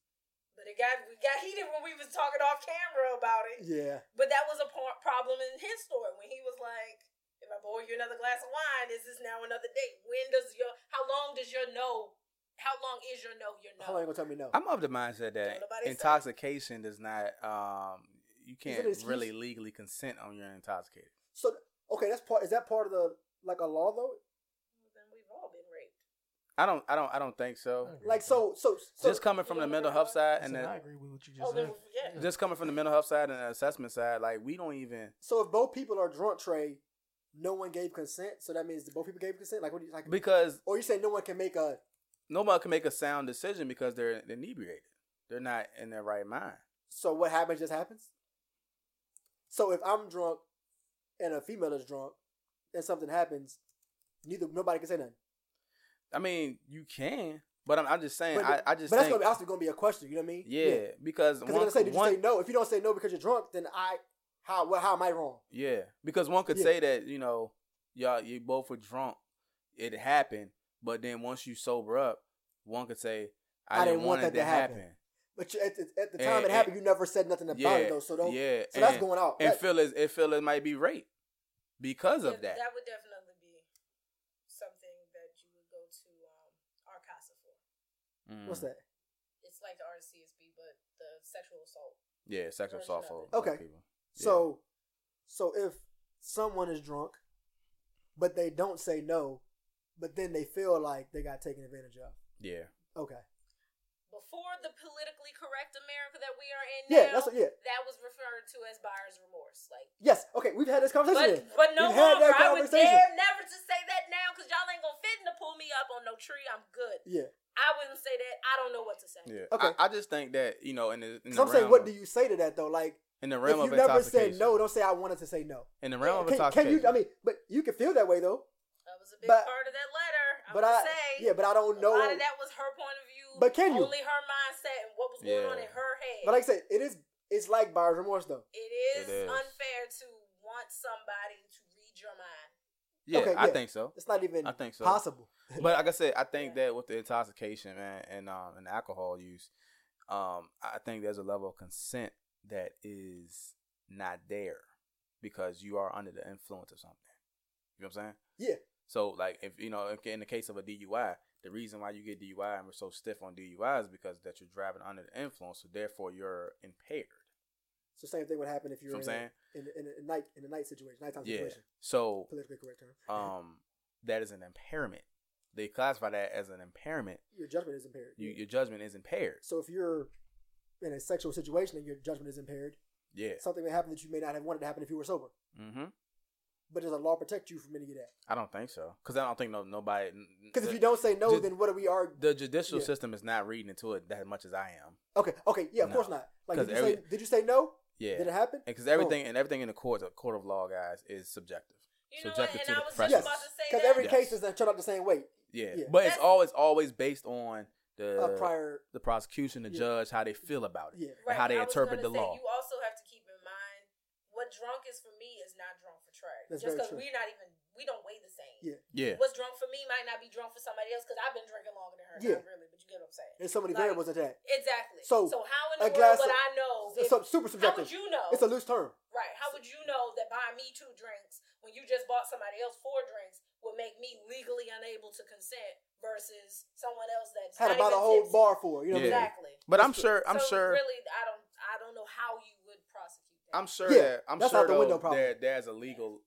But it got we got heated when we was talking off camera about it. Yeah, But that was a por- problem in his story when he was like, "If I borrow you another glass of wine, is this now another date? When does your how long does your no? How long is your no? Your no? how long you gonna tell me no? I'm of the mindset that Don't nobody say. intoxication does not. Um, you can't an excuse. really legally consent on your intoxicated. so okay, that's part. Is that part of the like a law though? Then we've all been raped. I don't. I don't. I don't think I so. agree Like with so, so, so just coming from the mental health that. side I and said, the, I agree with what you just Oh, said. then we- yeah. just coming from the mental health side and the assessment side, like we don't even. so if both people are drunk, Trey, no one gave consent. So that means that both people gave consent. Like what do you like? because Or you say no one can make a nobody can make a sound decision because they're inebriated. They're not in their right mind. So what happens just happens. So if I'm drunk and a female is drunk and something happens, neither nobody can say nothing. I mean, you can, but I'm, I'm just saying. But, I, I just but that's think, gonna be also gonna be a question. You know what I mean? yeah, Because because they're gonna one, say, did one you say no? If you don't say no because you're drunk, then I how well how am I wrong? yeah, because one could Yeah. say that you know, y'all, you both were drunk. It happened, but then once you sober up, one could say, "I, didn't, want, that to happen." But you, at, the, at the And- time it and- happened, you never said nothing about it Yeah, though. So don't. yeah, So that's and- going out. And That- feel as it feel it might be rape because of Yeah, that. would definitely be something that you would go to um, Arcasa for. Mm. what's that? It's like the RCSB, but the sexual assault. Yeah, sexual Version assault of for it. black Okay. people. Mm. Yeah. So, so if someone is drunk, but they don't say no, but then they feel like they got taken advantage of. yeah, Okay. Before the politically correct America that we are in Yeah, now, that's what, yeah. that was referred to as buyer's remorse. Like, Yes. Okay, we've had this conversation. but, but no We've had longer. that I would conversation. dare never to say that now because y'all ain't gonna fit in to pull me up on no tree. I'm good. yeah. I wouldn't say that. I don't know what to say. Yeah. Okay. I, I just think that you know in the in the, So I'm realm, saying, what do you say to that though? Like, in the if realm you of never intoxication. said no, don't say I wanted to say no. in the realm of Can, can intoxication. you? I mean, but you can feel that way though. That was a big But- part of that letter. I But would I, say yeah, but I don't a lot know. of that was her point of view. But can you? Only her mindset and what was going Yeah. on in her head. But like I said, it is. It's like buyer's remorse though. it, is It is. unfair to want somebody to read your mind. yeah, okay, I yeah. think so. It's not even I think so. possible. But like I said, I think that with the intoxication, man, and um and alcohol use, um, I think there's a level of consent that is not there because you are under the influence of something. You know what I'm saying? Yeah. So like if you know, if in the case of a DUI, the reason why you get DUI and we're so stiff on DUI is because that you're driving under the influence, so therefore you're impaired. So same thing would happen if You you're know what in, I'm saying? A, in, a, in a night in a night situation, nighttime Yeah. situation. So Politically correct term. um that is an impairment. They classify that as an impairment. your judgment is impaired. You, your judgment is impaired. so if you're in a sexual situation and your judgment is impaired, Yeah. something may happen that you may not have wanted to happen if you were sober. Mm-hmm. But does a law protect you from any of that? I don't think so, because I don't think no nobody. Because if you don't say no, Ju- then what are we arguing? the judicial Yeah. system is not reading into it that much as I am. Okay, okay, yeah, of No. course not. Like, did 'Cause you, say, every- did you say no? Did Yeah, it happen? Oh. because everything and everything in the court, court of law, guys, is subjective. You know Subjected what? And to I the was pressures. just about to say Because that. every Yes. case doesn't turn out the same way. Yeah, Yeah. but That's- it's always always based on the Uh, prior, the prosecution, the Yeah. judge, how they feel about it. yeah. and how they I was interpret gonna the say, law. You also have to keep in mind what drunk is for me is not drunk for Trey. That's Just very because true. we're not even we don't weigh the same. Yeah. Yeah, What's drunk for me might not be drunk for somebody else because I've been drinking longer than her. Yeah. Not really, but you get what I'm saying. There's so many Like, variables at that. Exactly. So, how in a the glass world would of- I know? It's if- sub- super how would subjective. you know? It's a loose term. right. How would you know that buying me two drinks when you just bought somebody else four drinks would make me legally unable to consent versus someone else that's Had not about a even whole tipsy? bar for, you know what Yeah. I'm saying? Exactly. but I'm It's- sure, I'm so sure, Really, I don't. I don't know how you would prosecute. That. I'm sure Yeah, that I'm that's sure out the though, window problem. there, there's a legal,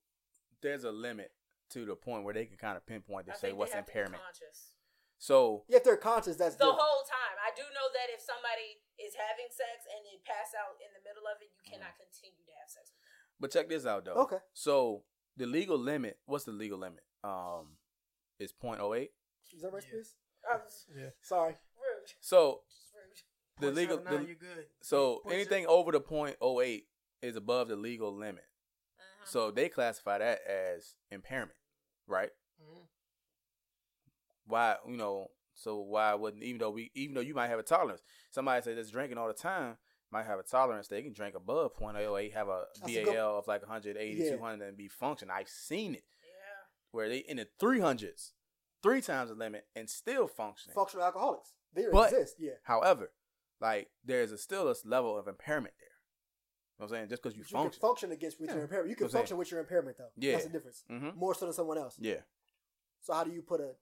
there's a limit to the point where they can kind of pinpoint to I say think they what's have to be impairment. conscious. So Yeah, if they're conscious, that's The different. whole time, I do know that if somebody is having sex and they pass out in the middle of it, you Mm-hmm. cannot continue to have sex. with them. But check this out though. Okay. So the legal limit, what's the legal limit? Um is 0.08. Is that right, Yeah. Space? I was Yeah. Sorry. rude. So Just rude. the legal Now the, you're good. so Point anything seven. over the 0.08 is above the legal limit. Uh-huh. So they classify that as impairment, right? Mhm. Why, you know, so why wouldn't even though we even though you might have a tolerance. Somebody say that's drinking all the time might have a tolerance. They can drink above 0.08, have a That's a good- BAL of like 180, Yeah. 200 and be functioning. I've seen it. yeah. where they in the three hundreds, three times the limit, and still functioning. Functional alcoholics. They But- exist, yeah. However, like there's a still a level of impairment there. You know what I'm saying? Just because you But you can function. function against with Yeah. your impairment. You can I'm saying. function with your impairment though. Yeah. That's the difference. mm-hmm. More so than someone else. Yeah. So how do you put a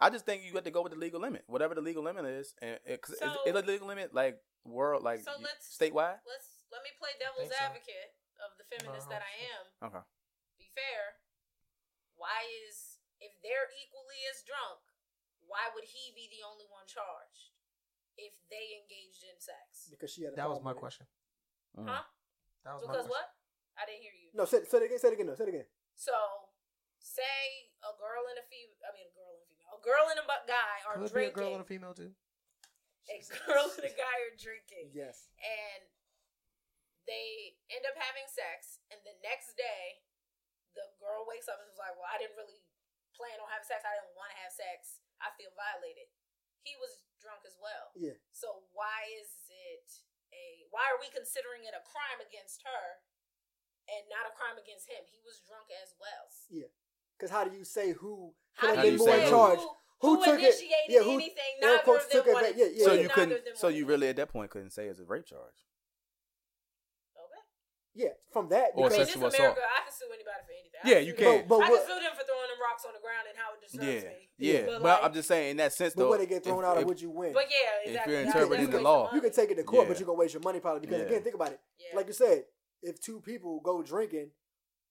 I just think you got to go with the legal limit, whatever the legal limit is, and it, cause So- is, is the legal limit like world, like So you- let's- statewide. Let's let me play devil's Think so. advocate of the feminist that I am. Okay. Be fair. Why is if they're equally as drunk, why would he be the only one charged if they engaged in sex? because she had a That was problem my with it. question. Mm. Huh? That was Because my question. what? I didn't hear you. No, say, say it again. Say it again. No, say it again. So, say a girl and a female, I mean, a girl and a female, a girl and a bu- guy are Could drinking. be a girl and a female too. a girl and a guy are drinking. Yes. And they end up having sex, and the next day, the girl wakes up and was like, Well, I didn't really plan on having sex. I didn't want to have sex. I feel violated. He was drunk as well. Yeah. So, why is it a, why are we considering it a crime against her and not a crime against him? He was drunk as well. Because how do you say who? How Could do have been you more say in charge. Who, Who who, took it? initiated Yeah, who- anything? air Neither quotes of them took it wanted back. Yeah, yeah, So yeah. you Neither couldn't. of them So you wanted really at that point couldn't say it's a rape charge. it. Okay. Yeah. From that. I mean, Or because- this sexual America, assault. I can sue anybody for anything. I Yeah, you sue can. But- them- but I what- can sue them for throwing them rocks on the ground and how it disturbs Yeah, me. yeah. Yeah. But, But like- I'm just saying in that sense but though. when it get if- thrown out, if- would you win? But yeah, If exactly. you're That's interpreting definitely the law. some you money. can take it to court, but Yeah. you're gonna waste your money probably. Because Yeah. again, think about it. Yeah. Like you said, if two people go drinking,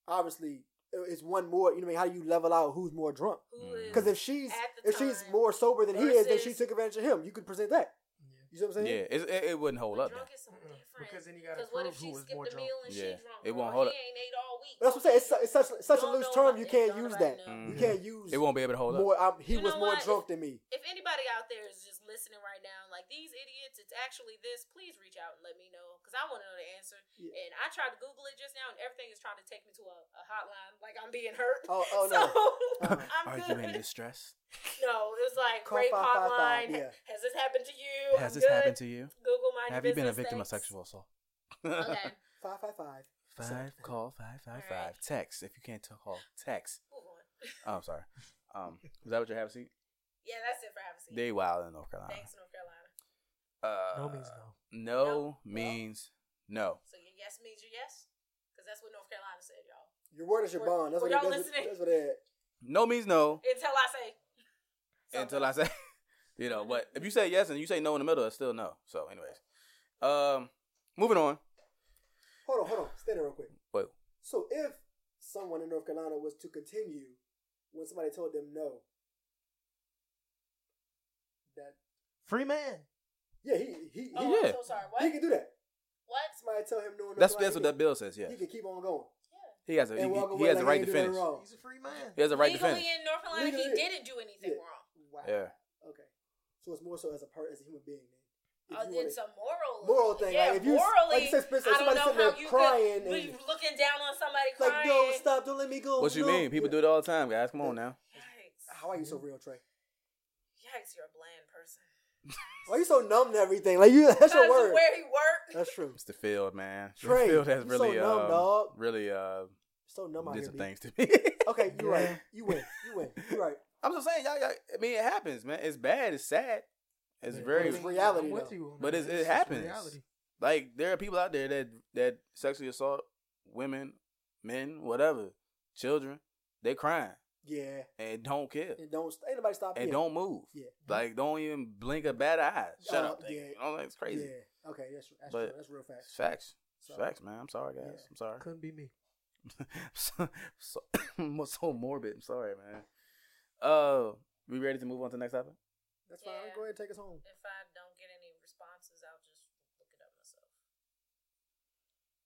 obviously uh, it's one more. You know, what I mean, how do you level out who's more drunk? Who is- Mm. Because if she's At the if she's time more sober than he is, then she versus- took advantage of him. You could present that. Yeah. You see what I'm saying? Yeah, it's, it, it wouldn't hold But up. drunk Then. is something Mm. Mm-mm. different. Because then you gotta Because what prove if who she was skipped more a drunk. meal and Yeah, she drunk? it bro? won't hold up. He ain't ate all week. But that's what I'm saying. It's, su- it's such it's such a Don't loose know term. about You that. can't Don't use nobody that. know. You Mhm. can't use It won't be able to hold up. more. I'm, he You was know more what? drunk than me. if anybody out there is just listening right now, like these idiots, it's actually this. Please reach out and let me know because I want to know the answer. Yeah. And I tried to Google it just now, and everything is trying to take me to a, a hotline. Like I'm being hurt. Oh, oh no. So Uh-huh. I'm Are good. you in distress? No, it was like Call rape 555, hotline. yeah. Has this happened to you? Has I'm this good. happened to you? Google my Have you been a victim of sexual assault? Okay, Five five five. Five call five five Alright. five text. If you can't t- call text, move on. oh, I'm sorry. Um, was that what you have a seat? Yeah, that's it for having seen. They wild in North Carolina. Thanks, North Carolina. Uh, No means no. no. No. means no. So your yes means your yes, because that's what North Carolina said, y'all. Your word is your Were- bond. That's were what, it, y'all that's, what- listening? that's what it. No means no Until I say. until I say, you know. But if you say yes and you say no in the middle, it's still no. So, anyways, um, moving on. Hold on, hold on. Stay there real quick. Wait, So if someone in North Carolina was to continue when somebody told them no, that Free man. yeah, he he Oh, he, Yeah. I'm so sorry. What? he can do that. What? Somebody tell him no. in North that's Carolina, that's he what can- that bill says. Yeah, He can keep on going. Yeah. he has a he, and walk he away has like a he right ain't to do nothing finish. wrong. He's a free man. He has a right to Legally finish. in North Carolina, Legally- he didn't do anything Yeah. wrong. Wow. Yeah. Okay. So it's more so as a part as a human being. Then. Oh, If you wanna- it's a moral. moral thing. Yeah, like if you morally. like you said, Spencer, I don't somebody know sitting how there you crying could be and looking down on somebody like, crying. yo, stop, don't let me go. What you no. mean? People do it all the time, guys. Come on now. Yikes. How are you so real, Trey? Yikes, you're a bland person. Why are you so numb to everything? Like you, that's your Because of word. where he worked. That's true. Mr. Field, man. Trey, Mr. Field has you really, so numb, um, dog. really uh, So numb out did here. some B. things to me. Okay, you right. Yeah. You win. You win. You right. I'm just saying, y'all, y'all. I mean, it happens, man. It's bad. It's sad. It's But very it's reality, I'm with though. you on But that. it's- it just happens. reality. like there are people out there that that sexually assault women, men, whatever, children. They crying Yeah. and don't care And don't ain't nobody stop and you. don't move. Yeah. Like don't even blink a bad eye. Shut Uh, up. Yeah. yeah. You know, that's crazy. Yeah. Okay, that's that's, But- true. that's real facts. It's facts. It's So- facts, man. I'm sorry, guys. Yeah. I'm sorry. Couldn't be me. so, so, I'm so morbid. I'm sorry, man. Uh, we ready to move on to the next topic? That's fine. Yeah. Go ahead and take us home. If I don't get any responses, I'll just look it up myself.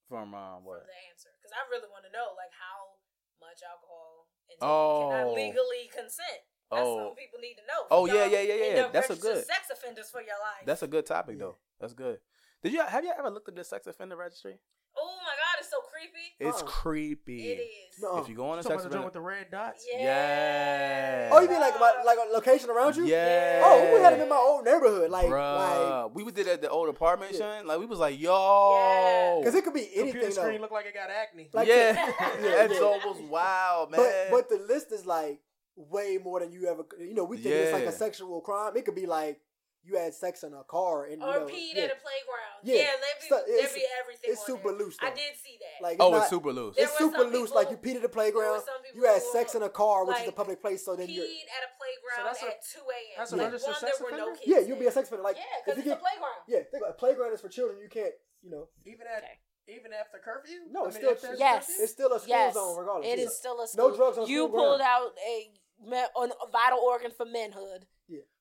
From um, what? From the answer, because I really want to know, like, how much alcohol intake can I Oh. legally consent? That's Oh, what people need to know. Oh, yeah, Y'all yeah, yeah, end yeah. up That's a registered good- Sex offenders for your life. that's a good topic Yeah. though. That's good. Did you have you ever looked at the sex offender registry? oh my god, it's so creepy. It's Uh-uh. creepy. It is. No. If you go on a Talking sex about the joint offender, with the red dots. Yeah. Oh, you mean like my like a location around you? Yeah. Oh, we had him in my old neighborhood. Like, Bruh. like, we was at the old apartment, Yeah. Sean. Like we was like, yo, because it could be Computer anything though. screen looked like it got acne. like- yeah, Yeah, that yeah. joke was wild, man. but but the list is like way more than you ever. You know, we think it's like Yeah. a sexual crime. It could be like you had sex in a car and you Or know, peed yeah. at a playground. Yeah. Yeah, let me So it's- let me everything. it's on super there. loose, I though. did see that. Like, oh, not, it's super loose. There It's were super some loose. Like you people- peed at the There playground. were some people You had who sex were in a car, which is a like, public place. So then you're peed at a playground that's a- at two a.m. that's a like, registered one, sex there were no offender? kids. yeah, you'll be in. a sex offender. Like yeah, if because you it's a get playground. yeah, think about it. playground is for children. You can't you know Even at Okay. even after curfew. no. It's I mean, still if there's Yes. curfew? it's still a school Yes, zone regardless. It yeah. is still a no school. drugs on You school ground. pulled out a me- an- a vital organ for manhood.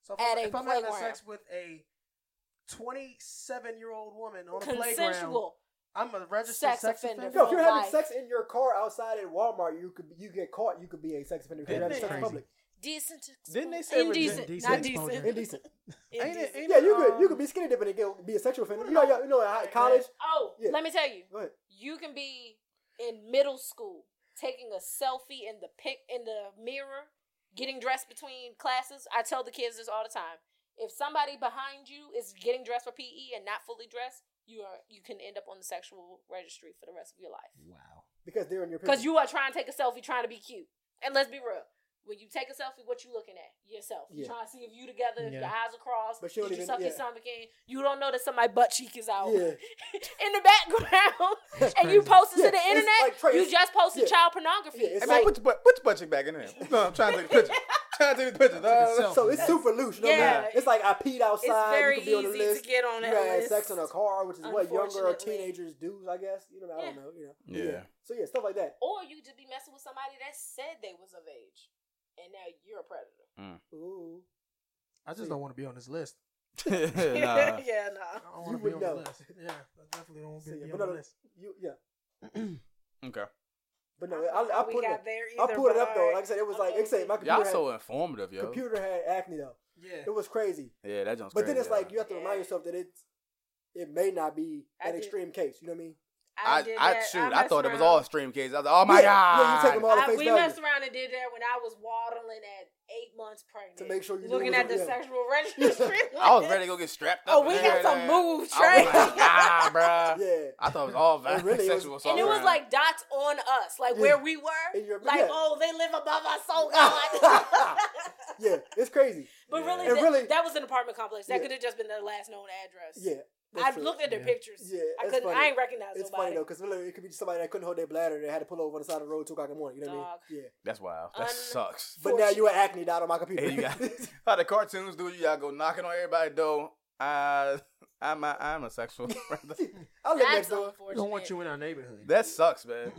So if, at I'm, a if I'm having playground. sex with a 27 year old woman on a playground, Consensual. I'm a registered sex, Sex offender. offender. Yo, if you're having Life. sex in your car outside at Walmart, you could you get caught. You could be a sex offender. because Isn't you're having it sex in crazy? public. Decent. expo- Didn't they say indecent? indecent Not exposure? decent. Indecent. Ain't it- Indecent. ain't Yeah, it, you could you um, could be skinny dipping and get, be a sexual offender. You know, you know, at college. Oh, Yeah. let me tell you. Go ahead. You can be in middle school taking a selfie in the pic in the mirror, getting dressed between classes. I tell the kids this all the time. If somebody behind you is getting dressed for PE and not fully dressed, you are you can end up on the sexual registry for the rest of your life. Wow. because they're in your Because you are trying to take a selfie, trying to be cute. And let's be real. When you take a selfie, what you looking at? Yourself. You Yeah. trying to see if you together, if your Yeah. eyes are crossed, But you did don't you even- suck your yeah. stomach in? You don't know that somebody's butt cheek is out Yeah. in the background. and you post it Yeah, to the it's internet. like Trey, you it's- just posted yeah. child pornography. Yeah, it's Hey, It's man, like, put your butt, put your butt cheek back in there. No, I'm trying to take a picture. trying to take a picture. dog. so it's super loose. You know what I mean? Yeah. It's like I peed it's outside. you very could be on the easy list. to get on you that had list. sex in a car, which is what younger Unfortunately. teenagers do, I guess. You know, I don't Yeah. know. You know. Yeah. So yeah, stuff like that. Or you just be messing with somebody that said they was of age, and now you're a predator. Ooh. I just don't want to be on this list. nah. yeah, nah. I don't want You would to be on the know. list. Yeah, I definitely don't want to So, be yeah, on but the no, no. list. You, yeah, Okay. but no, I don't know I, I how we put got it. there I either, pulled it but up though. alright. Like I said, it was like Okay. it said my computer Y'all had, so informative, yo. computer had acne though. Yeah. It was crazy. Yeah, that jumps. But then it's like you have to Yeah. remind yourself that it's it may not be I an did. extreme case. You know what I mean? I, did I, that. shoot. I, messed thought it was around. all stream cases. I was like, oh my yeah, god. Yeah, you take them all at I, face we value. messed around and did that when I was waddling at eight months pregnant. To make sure you knew looking what at you- the yeah. sexual registry. I was ready to go get strapped up. Oh, we and got some everything. moves, I Trey. was like, nah, bruh. Yeah. I thought it was all And really, it was- sexual assault. and it was bruh. like dots on us, like Yeah. where we were. And you're- Like, yeah. oh, they live above us, oh God. Yeah, it's crazy. but Yeah. really, And that, really- that was an apartment complex. That Yeah. could have just been their last known address. Yeah. I that's true. looked at their Yeah. pictures. Yeah, I that's couldn't. funny. I ain't recognize It's funny nobody. though, because it could be somebody that couldn't hold their bladder. They had to pull over on the side of the road two o'clock in the morning. You know what Dog. I mean? Yeah. that's wild. That Un- sucks. But now you an acne dot on my computer. Hey, you got- How the cartoons do? You gotta go knocking on everybody's door. I, I'm a, I'm a sexual. I live next That's door. We unfortunate. don't want you in our neighborhood. that sucks, man.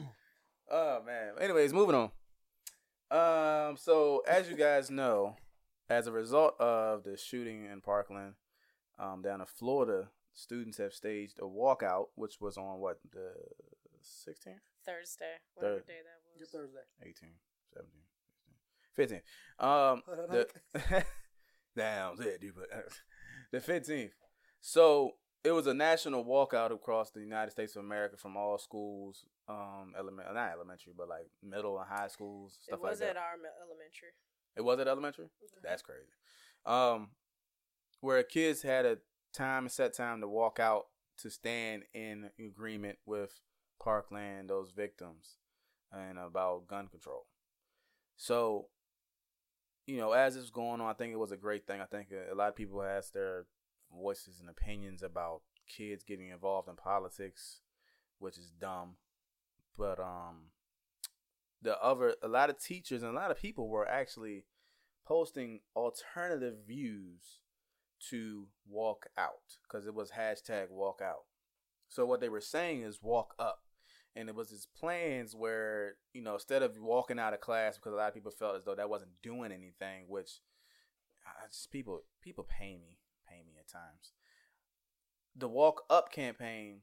Oh man. Anyways, moving on. Um. So as you guys know, as a result of the shooting in Parkland, um, down in Florida, students have staged a walkout, which was on what the 16th. Thursday, whatever Third. day that was. Your Thursday. 18, 17, 16, 15. Um, Hold on, the, damn, yeah, dude, but, uh, the 15th. So it was a national walkout across the United States of America from all schools, um, element, not elementary, but like middle and high schools, stuff it was like at that. our me- elementary. It was at elementary? Mm-hmm. That's crazy. Um, where kids had a time a set time to walk out to stand in agreement with Parkland, those victims, and about gun control. So, you know, as it's going on, I think it was a great thing. I think a, a lot of people has their voices and opinions about kids getting involved in politics, which is dumb. But um, the other a lot of teachers and a lot of people were actually posting alternative views to walk out because it was hashtag walk out. So what they were saying is walk up. And it was these plans where, you know, instead of walking out of class because a lot of people felt as though that wasn't doing anything, which I I just people people pay me, pay me at times. The walk up campaign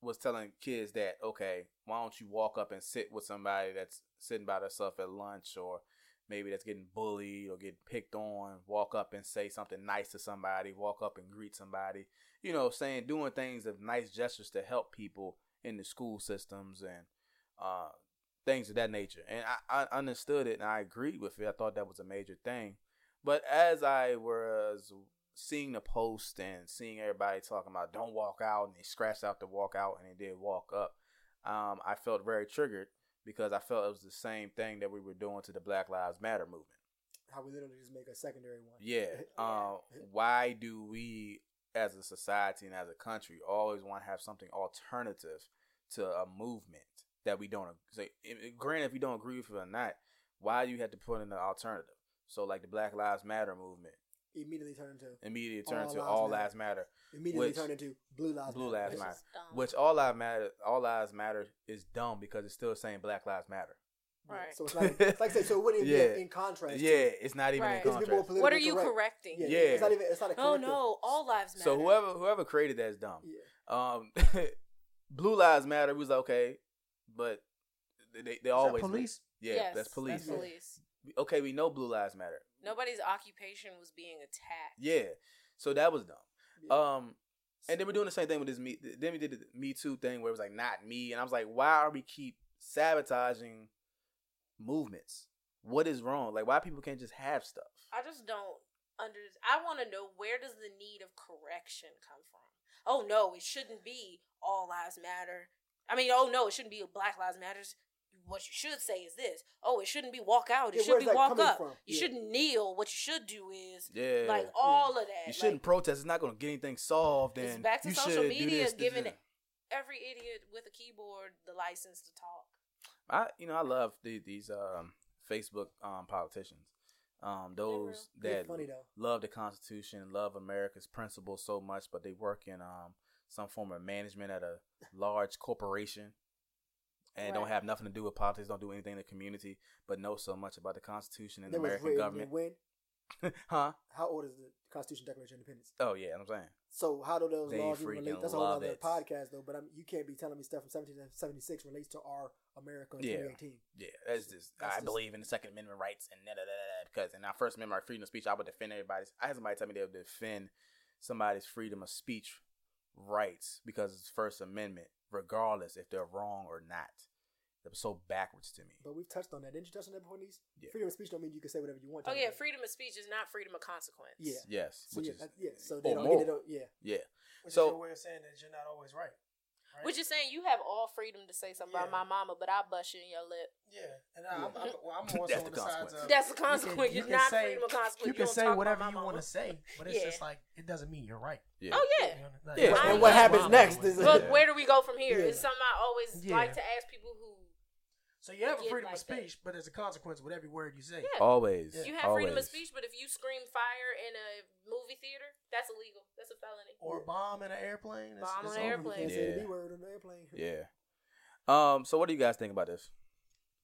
was telling kids that, okay, why don't you walk up and sit with somebody that's sitting by themselves at lunch or maybe that's getting bullied or getting picked on, walk up and say something nice to somebody, walk up and greet somebody, you know, saying doing things of nice gestures to help people in the school systems and uh, things of that nature. And I, I understood it and I agreed with it. I thought that was a major thing. But as I was seeing the post and seeing everybody talking about don't walk out and they scratched out the walk out and they did walk up, um, I felt very triggered because I felt it was the same thing that we were doing to the Black Lives Matter movement. How we literally just make a secondary one. Yeah. Uh, why do we, as a society and as a country, always want to have something alternative to a movement that we don't say? i- Granted, if you don't agree with it or not, why do you have to put in an alternative? So, like the Black Lives Matter movement Immediately turn into immediately turned All Lives to All Matter. Uh-huh. Lives Matter, immediately Which- turn into blue lives. Blue Matter. Lives It's Matter. just- which All Lives Matter, All Lives Matter is dumb because it's still saying Black Lives Matter. Right. So it's like, it's like I said, so it wouldn't even Yeah. be in contrast. Yeah, it's not even Right. in It's been more contrast. politically What are you correct. correcting? Yeah. Yeah. It's not even. It's not a Oh corrective. no, all lives matter. So whoever whoever created that is dumb. Yeah. Um, Blue Lives Matter was like, okay, but they- they they Is that always police. Yeah, Yes, that's police. That's police. Okay, we know Blue Lives Matter. Nobody's occupation was being attacked. Yeah, so that was dumb. Yeah. Um, and then we're doing the same thing with this me. Then we did the Me Too thing where it was like not me, and I was like, why are we keep sabotaging movements? What is wrong? Like, why people can't just have stuff? I just don't under. I want to know where does the need of correction come from? Oh no, it shouldn't be all lives matter. I mean, oh no, it shouldn't be Black Lives Matters. What you should say is this. Oh, it shouldn't be walk out. It Yeah, should where's be that walk coming up. from? You Yeah. shouldn't kneel. What you should do is Yeah, like all of that. you Like, shouldn't protest. It's not going to get anything solved. It's And back to you social should do media this, this, giving this. every idiot with a keyboard the license to talk. I you know I love the, these um, Facebook um, politicians, um, those Pretty that funny though. love the Constitution, love America's principles so much, but they work in um, some form of management at a large corporation and don't Right. have nothing to do with politics, don't do anything in the community, but know so much about the Constitution and That the was American written government. When huh? How old is the Constitution Declaration of Independence? Oh yeah, I'm saying. So how do those They laws even freaking relate? That's a whole love other it. podcast though. But I'm, you can't be telling me stuff from 1776 relates to our America in Yeah. 2018. Yeah, that's just That's I just- believe in the Second Amendment rights and da da da da da, because in our First Amendment freedom of speech, I would defend everybody's. I had somebody tell me they would defend somebody's freedom of speech rights because it's First Amendment, regardless if they're wrong or not. That was so backwards to me. But we've touched on that. Didn't you touch on that before, Niece? Yeah. Freedom of speech don't mean you can say whatever you want. to Oh yeah, anybody. freedom of speech is not freedom of consequence. Yeah. Yes, So which yeah, is Oh, that- yeah. So they or don't, moral. they don't. Yeah. yeah. Which So- is your way of saying that you're not always right. right? Which is saying you have all freedom to say something Yeah. about my mama, but I bust you in your lip. yeah, and I'm, I'm, well, I'm also That's on the the, sides consequence. of That's the you can- consequence. you it's can not say- freedom of consequence. You can don't say talk about whatever my you mama. want to say, but it's Yeah. just like it doesn't mean you're right. Yeah. Oh yeah. You know, like, Yeah. like, And you what just happens wrong. next is- But Yeah. where do we go from here? Yeah. It's something I always Yeah. like to ask people who so you have a get freedom of like that. speech, but there's a consequence with every word you say. Yeah. Always. Yeah. you have freedom of Always. speech, but if you scream fire in a movie theater, that's illegal. That's a felony. Or a bomb in an airplane. It's, Bomb it's over. on an You airplane. can't say the Yeah. B word on the airplane. Yeah. Um. So, what do you guys think about this?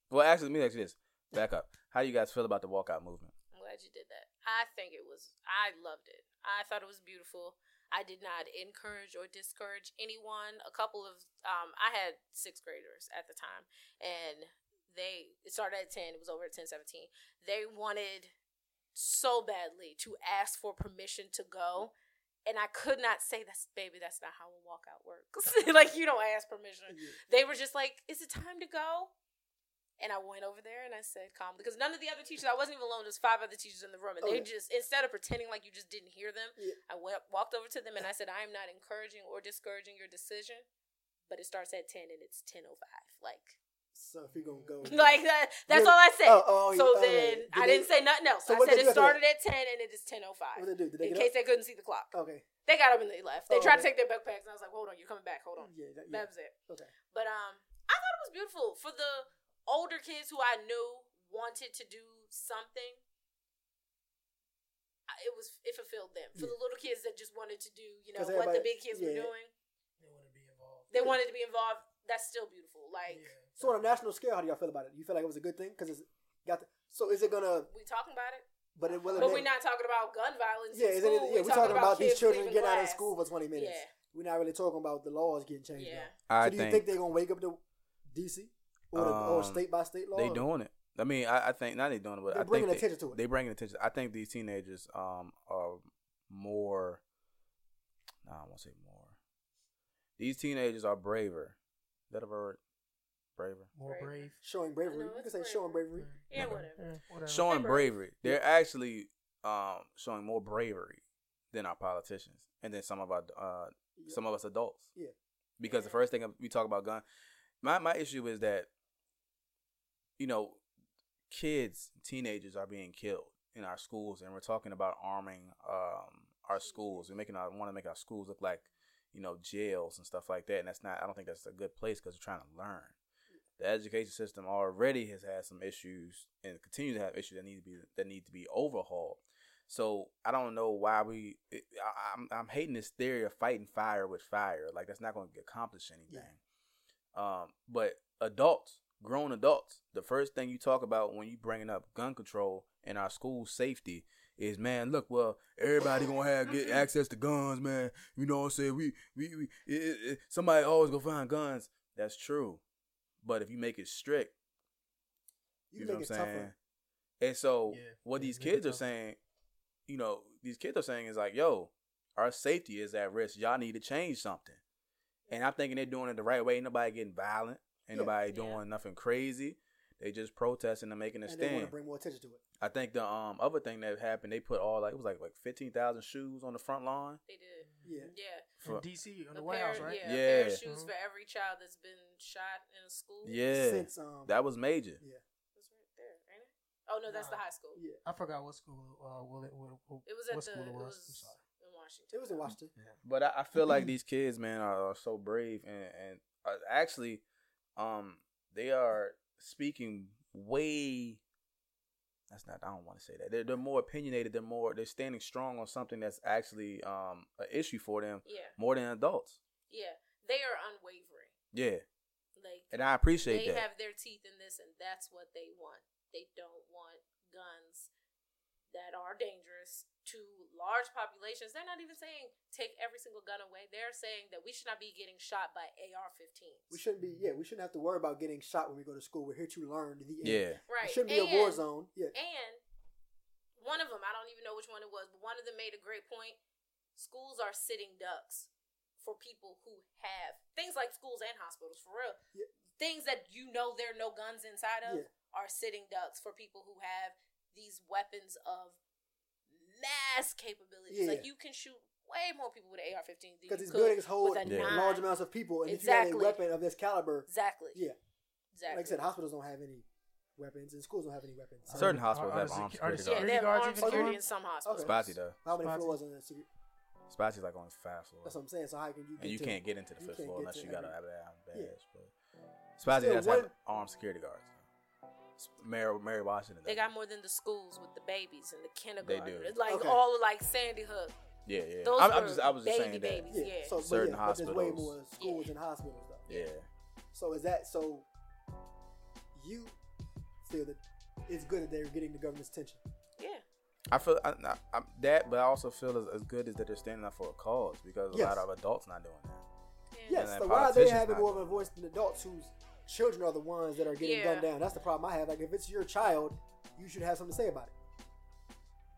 Well, actually, let me ask you this. Back up. How do you guys feel about the walkout movement? I'm glad you did that. I think it was. I loved it. I thought it was beautiful. I did not encourage or discourage anyone. A couple of um, I had sixth graders at the time, and they it started at ten. It was over at ten seventeen. They wanted so badly to ask for permission to go. And I could not say that's baby, that's not how a walkout works. like you don't ask permission Yeah. they were just like, "Is it time to go?" And I went over there and I said calmly because none of the other teachers, I wasn't even alone. There's five other teachers in the room, and Oh, they yeah. just instead of pretending like you just didn't hear them, Yeah. I went walked over to them and I said, "I am not encouraging or discouraging your decision, but it starts at ten and it's ten oh five, like So if you're gonna go, like that. That's Really? all I said. Oh, oh, so yeah, then okay. Did I they- didn't say nothing else. So I what'd said they do it after started at ten and it is ten oh what five. did they do? Did they In get case up? they couldn't see the clock, Okay. they got up and they left. Oh, They tried to okay. take their backpacks, and I was like, "Hold on, you're coming back. Hold on." Yeah, that, yeah. That was it. Okay. But um, I thought it was beautiful for the older kids who I knew wanted to do something. I- It was it fulfilled them. For the little kids that just wanted to do, you know, 'Cause what the everybody- big kids were yeah. doing, They want to be involved. they wanted to be involved. That's still beautiful. Like Yeah. So on a national scale, how do y'all feel about it? You feel like it was a good thing because it's got. The, so is it gonna? we talking about it, But it will. but we're not talking about gun violence. Yeah, in is it, school. yeah. We're talking, about, these kids children leaving getting out of class. school for twenty minutes. Yeah, We're not really talking about the laws getting changed. yeah. though. I So do you think they're gonna wake up to DC or, the, or Um, state by state law? they doing it. I mean, I, I think not they doing it, but They're I bringing think they, attention to it. they bringing attention. I think these teenagers um are more. Nah, I won't say more. These teenagers are braver. Is that a word? Braver. More brave. showing bravery. I know, You can it's say showing bravery. Mm. Yeah, Okay. whatever. Yeah, whatever. Showing They're brave. bravery. They're actually um showing more bravery than our politicians and then some of our uh Yeah. some of us adults. Yeah. Because the Yeah. first thing we talk about gun, my my issue is that, you know, kids, teenagers are being killed in our schools, and we're talking about arming um our schools. We're making our want to make our schools look like, you know, jails and stuff like that, and that's not. I don't think that's a good place because we're trying to learn. The education system already has had some issues and continue to have issues that need to be that need to be overhauled. So I don't know why we. I, I'm I'm hating this theory of fighting fire with fire. Like that's not going to accomplish anything. Um, but adults, grown adults, the first thing you talk about when you bringing up gun control and our school safety is, man, look, well, everybody gonna have get access to guns, man. You know what I'm saying? We we, we it, it, it- somebody always gonna find guns. That's true, but if you make it strict, You, you can know make what I'm it saying? tougher. And so Yeah, what yeah, these make it kids are tougher. saying, you know, these kids are saying is like, yo, our safety is at risk. Y'all need to change something. And I'm thinking they're doing it the right way. Ain't nobody getting violent. Ain't Yeah. nobody Yeah. doing nothing crazy. They just protesting and making a And they want stand. to bring more attention to it. I think the um other thing that happened, they put all like it was like like fifteen thousand shoes on the front lawn. They did. Yeah. Yeah. For, In DC, on A the White House, pair- right? Yeah. a pair of Yeah. shoes Mhm. for every child that's been shot in a school. yeah, Since um that was major. yeah. That's right there, ain't it? Oh no, that's the Nah. high school. Yeah. I forgot what school. Uh, will it, will, will, It was at what the. school It it was. was I'm sorry. in Washington. It was in Washington. But I, I feel Mm-hmm. like these kids, man, are, are so brave and and uh, actually, um, they are speaking way. That's not. I don't want to say that. They're they're more opinionated. They're more. They're standing strong on something that's actually um an issue for them Yeah, more than adults. yeah. They are unwavering. Yeah, Like and I appreciate they that. have their teeth in this, and that's what they want. They don't want guns. that are dangerous to large populations. They're not even saying take every single gun away. They're saying that we should not be getting shot by AR-15s. We shouldn't be. Yeah, we shouldn't have to worry about getting shot when we go to school. We're here to learn. The end. Yeah. It right. shouldn't be a war And- zone. Yeah. And one of them, I don't even know which one it was, but one of them made a great point. Schools are sitting ducks for people who have things like schools and hospitals, for real. Yeah. Things that you know there are no guns inside of Yeah. are sitting ducks for people who have these weapons of mass capabilities. Yeah. Like you can shoot way more people with an AR 15 than you Because these could. buildings hold with a Yeah. large nine. amounts of people, and if Exactly. you have a weapon of this caliber, Exactly. Yeah. Exactly. like I said, hospitals don't have any weapons, and schools don't have any weapons. So Uh-huh. Certain Are- hospitals are- have are armed secu- are security yeah, guards. they have guards armed even security armed? in some hospitals. Okay. Spazi though. how many Spotsy. floors in the secret? Spazi's like on five floors. That's what I'm saying. So how can you? Get and you to- can't get into the you fifth can't floor get unless to you got to every- have a badge. Yeah. But Spazi Still, does have one- armed security guards. S- Mary, Mary Washington. They does. got more than the schools with the babies and the kindergarten. do. Like Okay. all of like Sandy Hook. Yeah, yeah. Those I'm, were I'm just, I was just baby saying that. babies. Yeah. Yeah. So but Certain yeah, but there's way hospitals. more schools than hospitals though. Yeah. So is that so? You feel that it's good that they're getting the government's attention. Yeah. I feel I, I, I'm that, but I also feel as, as good as that they're standing up for a cause because Yes. a lot of adults not doing that. Yeah. Yes. then So why are they politicians having not more of a doing it. voice than adults whose children are the ones that are getting gunned Yeah. down? That's the problem I have. Like if it's your child, you should have something to say about it.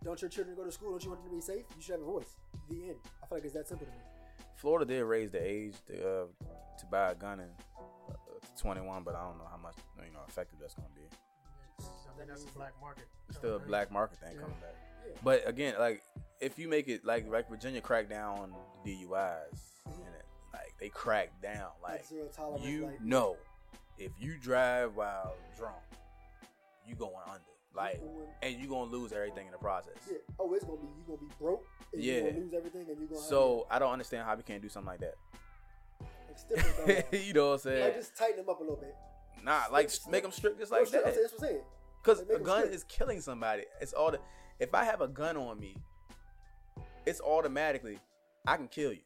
Don't your children go to school? Don't you want them to be safe? You should have a voice. The end. I feel like it's that simple to me. Florida did raise the age to, uh, to buy a gun in, uh, to 21, but I don't know how much you know effective that's going to be. I mean, that's a black market. It's still a black market thing Yeah. coming back. Yeah. But again, like if you make it like like Virginia cracked down on DUIs, and it, like they cracked down like Like zero tolerance. you like, know if you drive while drunk, you going under like, going- and you gonna lose everything in the process. yeah. Oh, it's gonna be you gonna be broke. And Yeah. You gonna lose everything, and you gonna So I don't understand how we can't do something like have, like, stiff them down. that. you know what I'm saying? Like, just tighten them up a little bit. nah, like make them strip just like That's what I'm that. saying, that's what I'm saying. Because Like, make a 'em gun strip. is killing somebody. It's all the. If I have a gun on me, it's automatically I can kill you.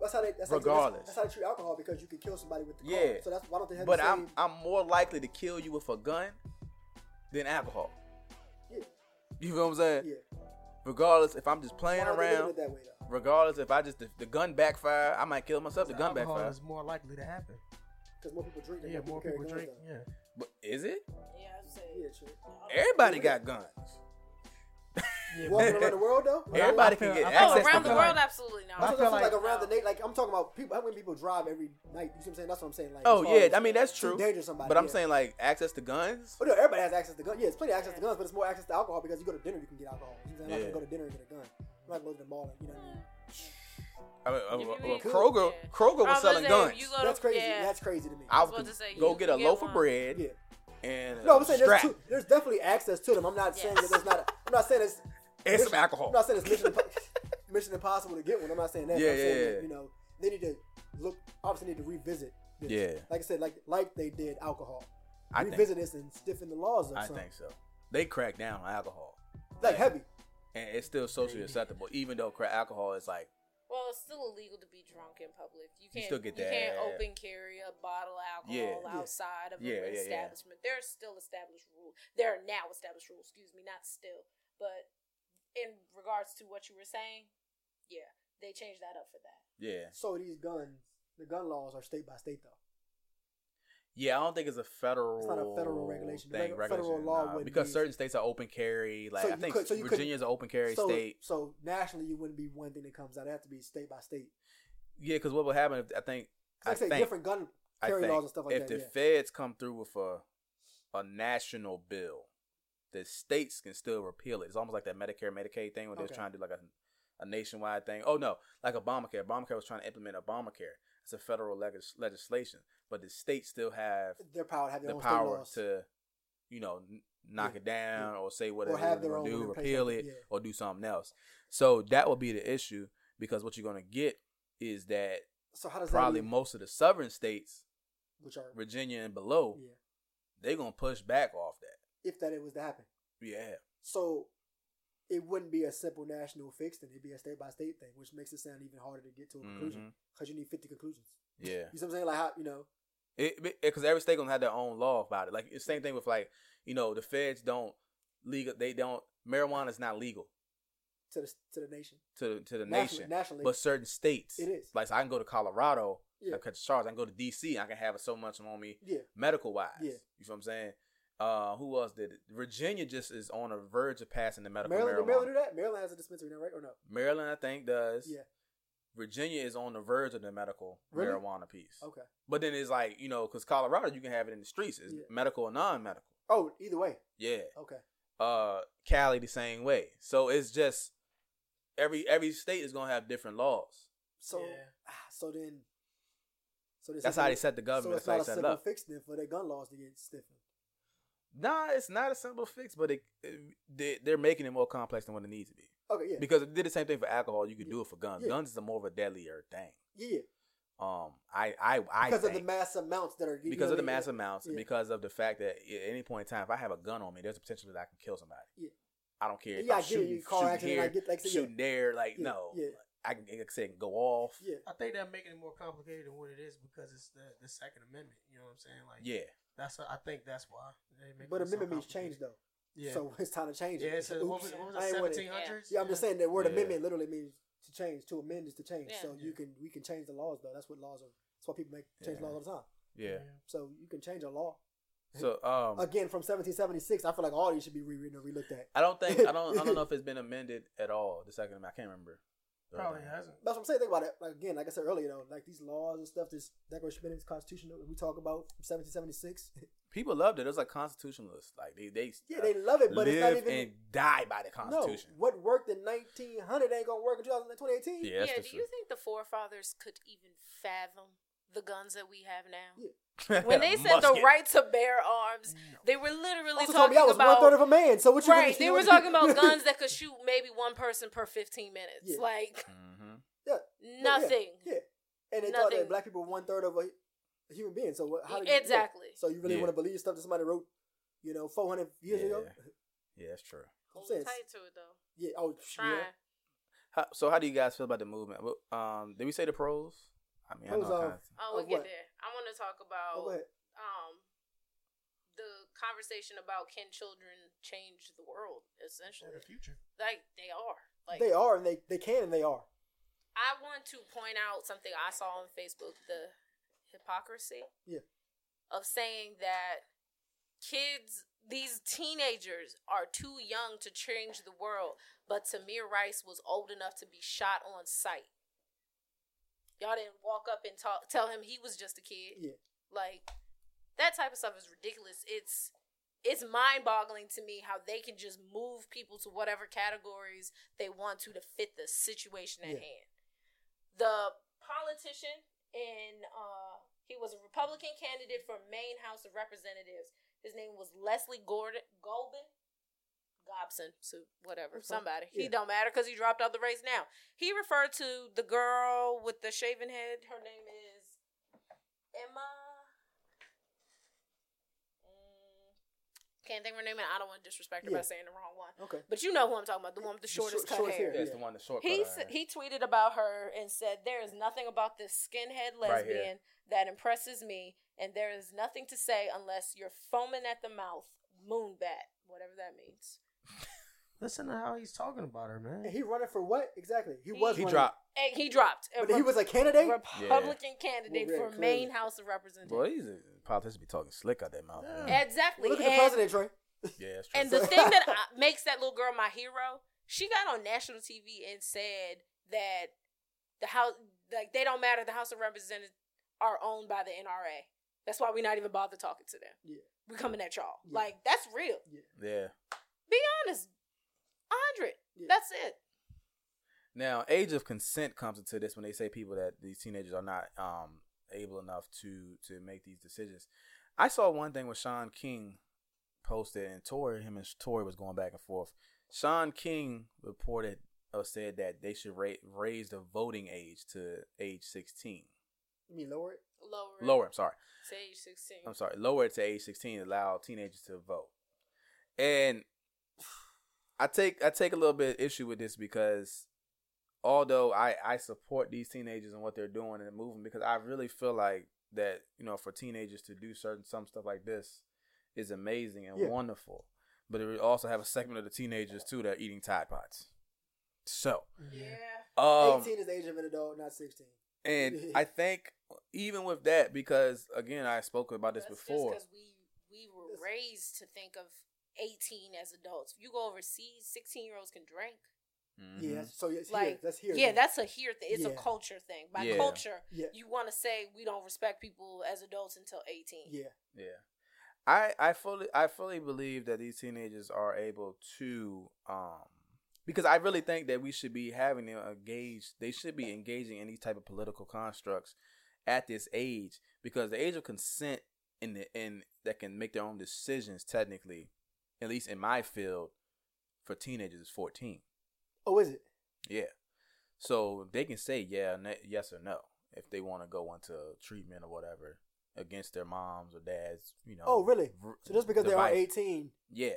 That's how they. That's Regardless. how, that's, that's how they treat alcohol because you can kill somebody with the car. Yeah. So that's why don't they have But the same? I'm I'm more likely to kill you with a gun than alcohol. yeah, You feel what I'm saying? yeah. Regardless if I'm just Why playing don't they do around, it that way though? regardless if I just the, the gun backfire, I might kill myself. The gun alcohol backfire. is more likely to happen. Because more people drink. and Yeah, more carry people guns drink. now. Yeah. But is it? Yeah, I uh, was saying. Yeah, true. Everybody got guns. yeah Walking but- around the world though. But I- Everybody I can feel- get I feel Oh, access around to the guns. world, absolutely not. I I feel feel like, like- around the nate, like I'm talking about people. How many people drive every night? You see what I'm saying? That's what I'm saying. Like, Oh as far yeah, as I mean that's to true. Danger somebody. But I'm yeah. saying like access to guns. Oh no, everybody has access to guns. Yeah, it's plenty of access to guns, but it's more access to alcohol because you go to dinner, you can get alcohol. You know what I'm saying? I'm not Yeah. gonna go to dinner and get a gun. I'm not going to the mall and you know what I mean. I mean, If well, you Uh, well, could, Kroger, yeah. I Kroger was was gonna selling say, guns. if you go to- That's crazy. yeah. That's crazy to me. I was would about to say, go you get can a get loaf one. of bread Yeah. and No, no, I'm saying strap there's, two, there's definitely access to them. I'm not saying that there's not. I'm not saying it's. and some mission- alcohol. I'm not saying it's mission, impo- mission impossible to get one. I'm not saying that. Yeah, I'm yeah, saying yeah. That, you know they need to look. Obviously, need to revisit. This. Yeah. Like I said, like like they did alcohol. I think- revisit this and stiffen the laws up. I some. think so. They crack down on alcohol, Like heavy. and it's still socially acceptable, even though crack alcohol is like Well, it's still illegal to be drunk in public. You can't still get You can't that. open carry a bottle of alcohol Yeah. outside of Yeah, an yeah, yeah. establishment. There's still established rules. There are now established rules. Excuse me, not still, but in regards to what you were saying, yeah, they changed that up for that. yeah, So these guns, the gun laws are state by state though. yeah. I don't think it's a federal. It's not a federal regulation. The Thing, reg- federal law nah, would because be- certain states are open carry. Like So I you think could- so you couldn't- Virginia's an open carry so, state. So nationally, you wouldn't be one thing that comes out. It have to be state by state. Yeah, because what would happen? If, I think. 'Cause Like I, I say, think- different gun I carry think laws and stuff like if that. the yeah. feds come through with a a national bill, the states can still repeal it. It's almost like that Medicare Medicaid thing where they was Okay. trying to do like a a nationwide thing. Oh no, like Obamacare. Obamacare was trying to implement Obamacare. It's a federal legis- legislation, but the states still have their power to have their the own power state laws. to, you know, n- knock Yeah, it down or say whatever have they're their gonna own do, replacement, repeal it, yeah. or do something else. So that would be the issue because what you're gonna get is that So how does probably that mean, most of the southern states, which are Virginia and below, yeah, they're gonna push back off that. if that it was to happen. Yeah. So it wouldn't be a simple national fix, then it'd be a state by state thing, which makes it sound even harder to get to a conclusion Mm-hmm. because you need fifty conclusions. Yeah. You see what I'm saying? Like how you know? It because every state gonna have their own law about it. Like the same thing with like you know the feds don't legal. They don't. Marijuana is not legal to the to the nation. to to the Nationally- nation, Nationally, but certain states. it is. Like so I can go to Colorado, Yeah. I cut the charge. I can go to DC, I can have it so much on me yeah. medical wise. Yeah. You feel what I'm saying? Uh, who else did it? Virginia just is on the verge of passing the medical Maryland, did marijuana. Maryland Maryland, do that? Maryland has a dispensary now, right? Or no? I think, does. Yeah. Virginia is on the verge of the medical Really? marijuana piece. Okay. But then it's like, you know, because Colorado, you can have it in the streets. It's Yeah. medical or non medical. Oh, either way. Yeah. Okay. Uh, Cali, the same way. So it's just every every state is going to have different laws. So, Yeah. ah, so then, so this That's isn't how a- they set the So government. it's not that's a how they set it simple up. fix then for their gun laws to get stiffened. Nah, it's not a simple fix, but it, they, they're making it more complex than what it needs to be. Okay, yeah, Because if they did the same thing for alcohol, you could Yeah. do it for guns. Yeah. Guns is a more of a deadlier thing. yeah, yeah. Um, I, I, I because of think- the mass amounts that are you because know of the what I mean? mass amounts, and Yeah. because of the fact that at any point in time, if I have a gun on me, there's a potential that I can kill somebody. Yeah. I don't care. Yeah, If yeah, I'm I get it. shooting, You car shooting accident, here, I get like so, yeah, shooting there, like yeah, no, yeah, I can like I said, go off. Yeah. yeah. I think they're making it more complicated than what it is because it's the, the Second Amendment. You know what I'm saying? Like, that's a, I think that's why. they make But it so amendment means change complicated. though, Yeah, so it's time to change. yeah. it. It's a, what was, Oops. I ain't what was it? with it. Seventeen hundreds. Yeah, I'm just saying that word Yeah. amendment literally means to change. To amend is to change. Yeah. So you Yeah. can we can change the laws though. That's what laws are. That's why people make change Yeah. laws all the time. yeah, So you can change a law So um, again from 1776. I feel like all these should be rewritten or relooked at. I don't think I don't I don't know if it's been amended at all. The second amendment, I can't remember. Um, Probably hasn't. That's what I'm saying. Think about it. Like again, like I said earlier though, like these laws and stuff, this Declaration of Amendments, Constitution that we talk about from 1776. People loved it. It was like constitutionalists. Like they they uh, yeah, they love it, but it's not live even. and die by the no, Constitution. what worked in 1900 ain't gonna work in 2018. Yeah, that's yeah, for do sure. you think the forefathers could even fathom the guns that we have now? Yeah. When they said the Musket. right to bear arms, they were literally Also told talking me I was about one third of a man. So what you right. They you were want- talking about guns that could shoot maybe one person per fifteen minutes. Yeah. Like Mhm. nothing. Yeah, and they thought Nothing. that black people were one third of a a human being. So what, how did you- Exactly. So you really Yeah. want to believe stuff that somebody wrote, you know, 400 years Yeah. ago? Yeah, that's true. I'm Hold saying, tight to it though. yeah. Oh, Trying. yeah. How, so how do you guys feel about the movement? Well, Um, did we say the pros? I mean, I know Pros kind are- of, Oh, we'll Of get what? there. I want to talk Oh, go about ahead. um the conversation about can children change the world? In Essentially, the future. like they are. Like they are, and they they can, and they are. I want to point out something I saw on Facebook the hypocrisy Yeah. of saying that kids, these teenagers, are too young to change the world, but Tamir Rice was old enough to be shot on sight. Y'all didn't walk up and talk, tell him he was just a kid. Yeah. Like that type of stuff is ridiculous. It's it's mind-boggling to me how they can just move people to whatever categories they want to to fit the situation Yeah. at hand. The politician in uh he was a Republican candidate for Maine House of Representatives. His name was Leslie Gordon Golden Gobson, so whatever, Okay. somebody. He Yeah. don't matter because he dropped out the race now. He referred to the girl with the shaven head. Her name is Emma. Mm, can't think of her name, and I don't want to disrespect her by Yeah. saying the wrong one. Okay. But you know who I'm talking about, the one with the The shortest short- cut short hair. hair. that's Yeah. the one that short. He s- he tweeted about her and said, "There is nothing about this skinhead Right here. lesbian that impresses me, and there is nothing to say unless you're foaming at the mouth, moonbat, whatever that means." Listen to how he's talking about her, And man. he running for what exactly? He He- was he running- dropped. And he dropped. A but he Re- was a candidate. Republican candidate Well, yeah, for clearly. Maine House of Representatives. Well, he's a politician be talking slick out that mouth. man. Yeah. Exactly. Well, look at the president, and Trey. Yeah, that's true. And the thing that I, makes that little girl my hero, she got on national TV and said that the house, like they don't matter. The House of Representatives are owned by the NRA. That's why we not even bother talking to them. Yeah. we coming at y'all. Yeah. Like that's real. yeah. Be honest, hundred. Yeah. That's it. Now, age of consent comes into this when they say people that these teenagers are not um, able enough to to make these decisions. I saw one thing with Sean King posted, and Tory, him and Tory was going back and forth. Sean King reported or said that they should ra- raise the voting age to age 16. You mean lower it? Lower. it Lower, I'm sorry. To age sixteen. I'm sorry, lower it to age 16 to allow teenagers to vote. And I take I take a little bit of issue with this because although I I support these teenagers and what they're doing and moving because I really feel like that you know for teenagers to do certain some stuff like this is amazing and Yeah. wonderful. But it would also have a segment of the teenagers too that are eating Tide Pods. So, Yeah. um, 18 is the age of an adult, not 16. and I think even with that, because again, I spoke about this That's before. Just 'cause we we were raised to think of eighteen as adults. If you go overseas, sixteen year olds can drink. Mhm. Yeah, that's- so it's here. Like, That's here. yeah, then. that's a here thing. It's a Yeah. culture thing. By Yeah. culture, Yeah. you want to say we don't respect people as adults until eighteen. Yeah. Yeah. I I fully I fully believe that these teenagers are able to um because I really think that we should be having them engaged they should be engaging in these type of political constructs at this age because the age of consent in the in that can make their own decisions technically, at least in my field, for teenagers is fourteen. Oh, is it? Yeah. So they can say yeah, ne- yes or no if they want to go into treatment or whatever against their moms or dads, you know. Oh, really? r- So just because they are device. 18. Yeah.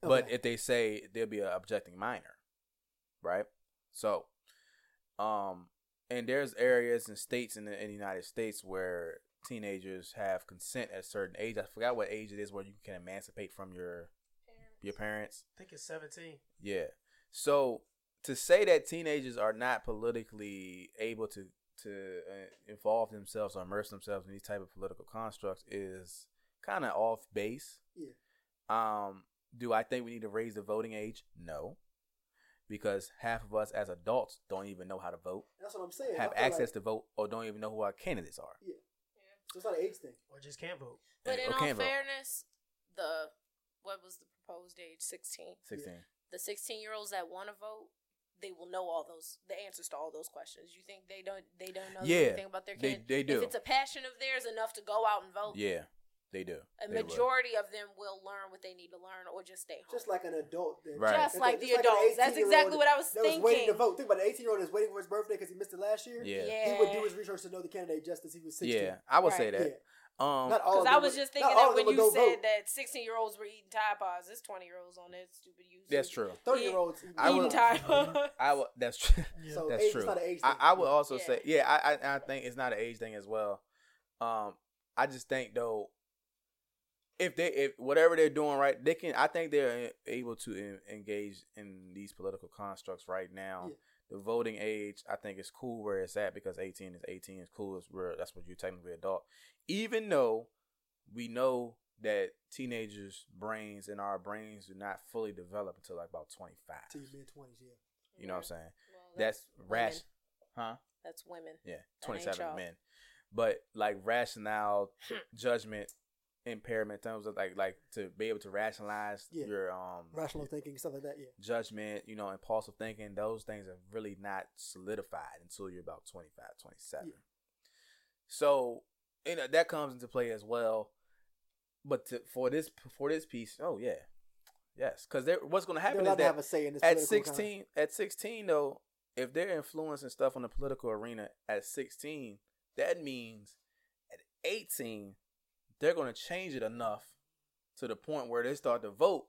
But okay. if they say they'll be an objecting minor, right? So, um, and there's areas and states in the, in the United States where teenagers have consent at a certain age. I forgot what age it is where you can emancipate from your your parents. I think it's 17. Yeah. So to say that teenagers are not politically able to to uh, involve themselves or immerse themselves in these type of political constructs is kind of off base. Yeah. Um. Do I think we need to raise the voting age? No, because half of us as adults don't even know how to vote, that's what I'm saying. have I feel access like to vote, or don't even know who our candidates are. It's not an age thing. Or just can't vote. But and- in or all can't vote. fairness, the what was the proposed age? Sixteen. sixteen. The sixteen year olds that want to vote, they will know all those the answers to all those questions. You think they don't? They don't know Yeah, anything about their They kid. they If do. it's a passion of theirs enough to go out and vote, yeah, they do. a They will. majority of them will learn what they need to learn or just stay home. Just like an adult. Then. Right. Just It's like the adults. That's exactly what I was That was thinking. waiting to vote. Think about it. 18 year old is waiting for his birthday because he missed it last year. Yeah. Yeah. He would do his research to know the candidate just as he was 16. Yeah, I would say Yeah. that. Um, Not all Because of them I was would- not just thinking all that of them when would you go said vote. that 16 year olds were eating Tide Pods, it's 20 year olds on that stupid YouTube. that's true. 30 year olds. I Eating would- Tide Pods. I would. That's true. So That's age, true. It's not an age I, thing. I would also Yeah. say, yeah, I, I I think it's not an age thing as well. Um, I just think though, if they if whatever they're doing right, they can. I think they're able to en- engage in these political constructs right now. Yeah. The voting age, I think, is cool where it's at because eighteen is eighteen is cool. Is where that's what you technically adult. Even though we know that teenagers' brains and our brains do not fully develop until like about twenty Till five. you mid 20s, yeah. You know what I'm saying? Well, That's women. rash, huh? That's women. Yeah, That twenty ain't seven y'all. men, but like rationale, judgment, impairment, terms of like like to be able to rationalize Yeah. your um Rational thinking, stuff like that, yeah. judgment, you know, impulsive thinking. Those things are really not solidified until you're about 25, 27. Yeah. So you know that comes into play as well. But to, for this for this piece, oh yeah, yes, because what's going to They're happen allowed is to that have a say in this at political con- 16 at 16 though if they're influencing stuff on the political arena at 16 that means at 18 they're going to change it enough to the point where they start to vote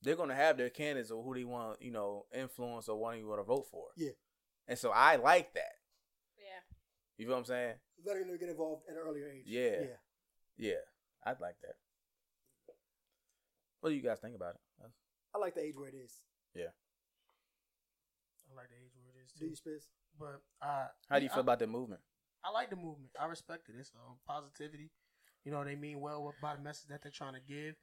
they're going to have their candidates or who they want you know influence or what you want to vote for Yeah. and so i like that Yeah. you feel what i'm saying letting them get involved at an earlier age. Yeah. yeah. yeah i'd like that what do you guys think about it I like the age where it is. I like the age where it is Do too. you, Spence? But uh, how do you I- feel about the movement I like the movement. I respect it. It's um, positivity. You know, they mean well by the message that they're trying to give.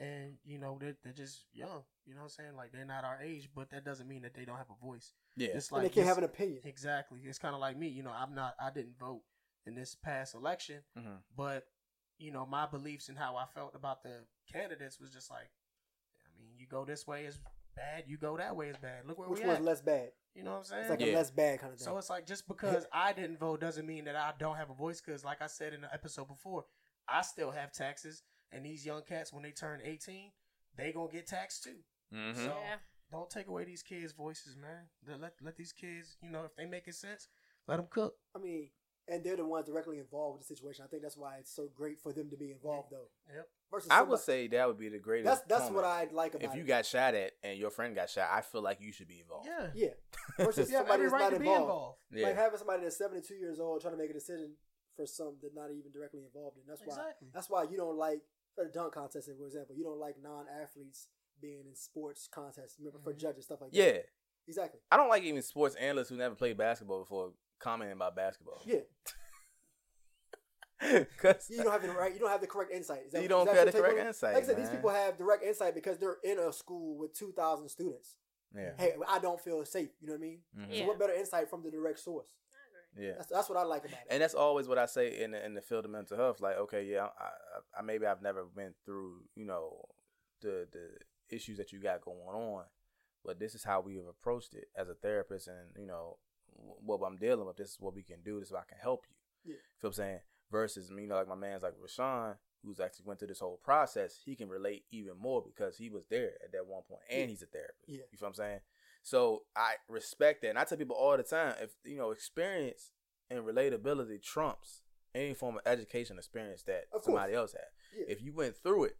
And, you know, they're, they're just young. You know what I'm saying? Like, they're not our age, but that doesn't mean that they don't have a voice. yeah Just and they can't this- have an opinion. Exactly. It's kind of like me. You know, I'm not, I didn't vote in this past election, hmm but, you know, my beliefs and how I felt about the candidates was just like, I mean, you go this way is bad. You go that way is bad. Look where Which we one's at. less bad? you know what I'm saying? It's like Yeah. a less bad kind of thing. So it's like just because I didn't vote doesn't mean that I don't have a voice. Because like I said in the episode before, I still have taxes, and these young cats when they turn eighteen, they gonna get taxed too. hmm So Yeah. don't take away these kids' voices, man. Let let, let these kids, you know, if they making sense, let them cook. I mean, and they're the ones directly involved with the situation. I think that's why it's so great for them to be involved, though. Yep. Versus I would somebody- say that would be the greatest. that's that's moment. what I like about If you it. got shot at and your friend got shot, I feel like you should be involved. Yeah. yeah, versus You have somebody every that's right not to involved. be involved. Yeah. Like having somebody that's seventy two years old trying to make a decision for something that's not even directly involved in. That's why Exactly. that's why you don't like for the dunk contest, for example. You don't like non athletes being in sports contests, remember for Mhm. judges stuff like that. Mm-hmm. Yeah, exactly. I don't like even sports analysts who never played basketball before commenting about basketball. Yeah, Cause you don't have the right, you don't have the correct insight. Is that- you is don't that have your the take correct on it? insight. Like I said, these man. people have direct insight because they're in a school with two thousand students. Yeah. Hey, I don't feel safe. You know what I mean? Mhm. So what better insight from the direct source? Yeah. That's that's what I like about it. And that's always what I say in the, in the field of mental health. Like, okay, yeah, I, I, I maybe I've never been through, you know, the the issues that you got going on, but this is how we have approached it as a therapist, and you know, wh- what I'm dealing with. This is what we can do. This is what I can help you. Yeah. Feel what I'm saying? Versus me, you know, like my man's like Rashawn, who's actually went through this whole process. He can relate even more because he was there at that one point, and Yeah. he's a therapist. Yeah. You feel what I'm saying? So I respect that, and I tell people all the time, if you know, experience and relatability trumps any form of education experience that Of course. somebody else had. Yeah. If you went through it,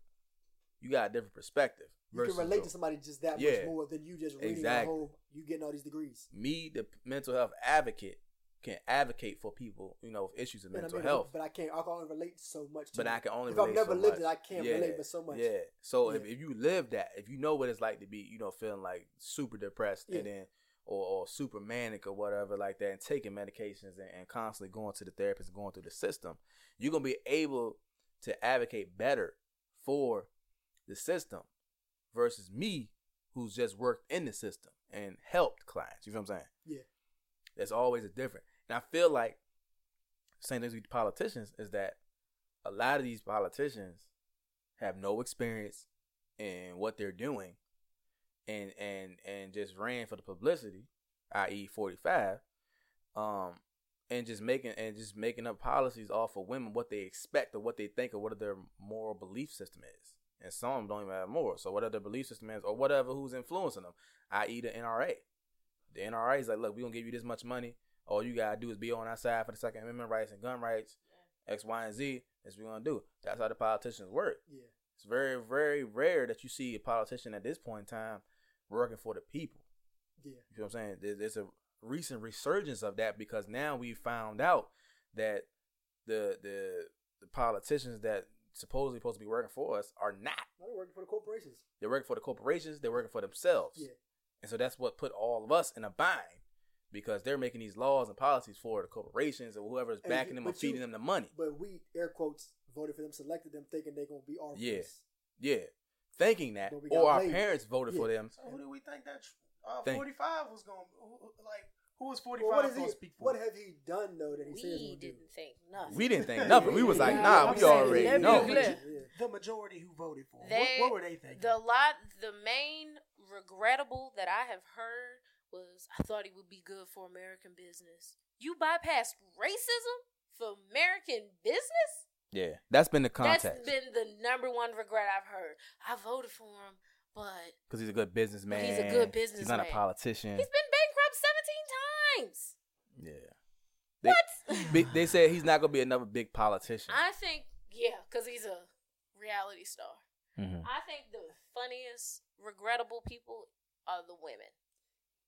you got a different perspective. you can versus relate to the- somebody just that Yeah. much more than you just reading Exactly. the whole. You getting all these degrees. Me, the mental health advocate, can advocate for people, you know, with issues of You know what I mental mean? health. but I can't. I can only relate so much. To But it. I can only If I've relate never so lived much. it, I can't relate but so much. Yeah. So If, Yeah. if you live that, if you know what it's like to be, you know, feeling like super depressed and Yeah. then or, or super manic or whatever like that and taking medications and, and constantly going to the therapist, going through the system, you're gonna be able to advocate better for the system versus me who's just worked in the system and helped clients. You feel what I'm saying? Yeah. That's always a different. And I feel like same things with politicians is that a lot of these politicians have no experience in what they're doing and and and just ran for the publicity, i.e. forty five, um, and just making and just making up policies off of women, what they expect or what they think or what their moral belief system is. And some of them don't even have morals. So whatever their belief system is or whatever who's influencing them, i.e. the NRA. The NRA is like, look, we're gonna give you this much money. All you gotta do is be on our side for the Second Amendment rights and gun rights, X, Y, and Z. That's what we're gonna do. That's how the politicians work. Yeah. It's very, very rare that you see a politician at this point in time working for the people. Yeah. You know what I'm saying? There- There's a recent resurgence of that because now we found out that the the, the politicians that supposedly supposed to be working for us are not. Now they're working for the corporations. They're working for the corporations. They're working for themselves. Yeah. And so that's what put all of us in a bind because they're making these laws and policies for the corporations or whoever's And backing you- them and but you- feeding them the money. But we air quotes voted for them, selected them, thinking they're gonna be our Yeah. friends. Yeah. Thinking that, But we got or our played. parents voted for Yeah. them. So who do we think that uh, Thank- 45 was going to, like, who was 45 Well, what is going he? to speak for? What have he done though that he says We he do? didn't think nothing. We didn't think nothing. We was like, nah, I'm we saying, already let me know. look at- Yeah. the majority who voted for him. They- what, what were they thinking? The lot, the main regrettable that I have heard was I thought he would be good for American business. You bypassed racism for American business. Yeah. That's been the context. That's been the number one regret I've heard. I voted for him, but because he's a good businessman. He's a good He's not businessman. a politician. he's been bankrupt seventeen times. yeah. They, What? big- they said he's not gonna be another big politician. I think yeah, because he's a reality star. Mhm. I think the funniest regrettable people are the women.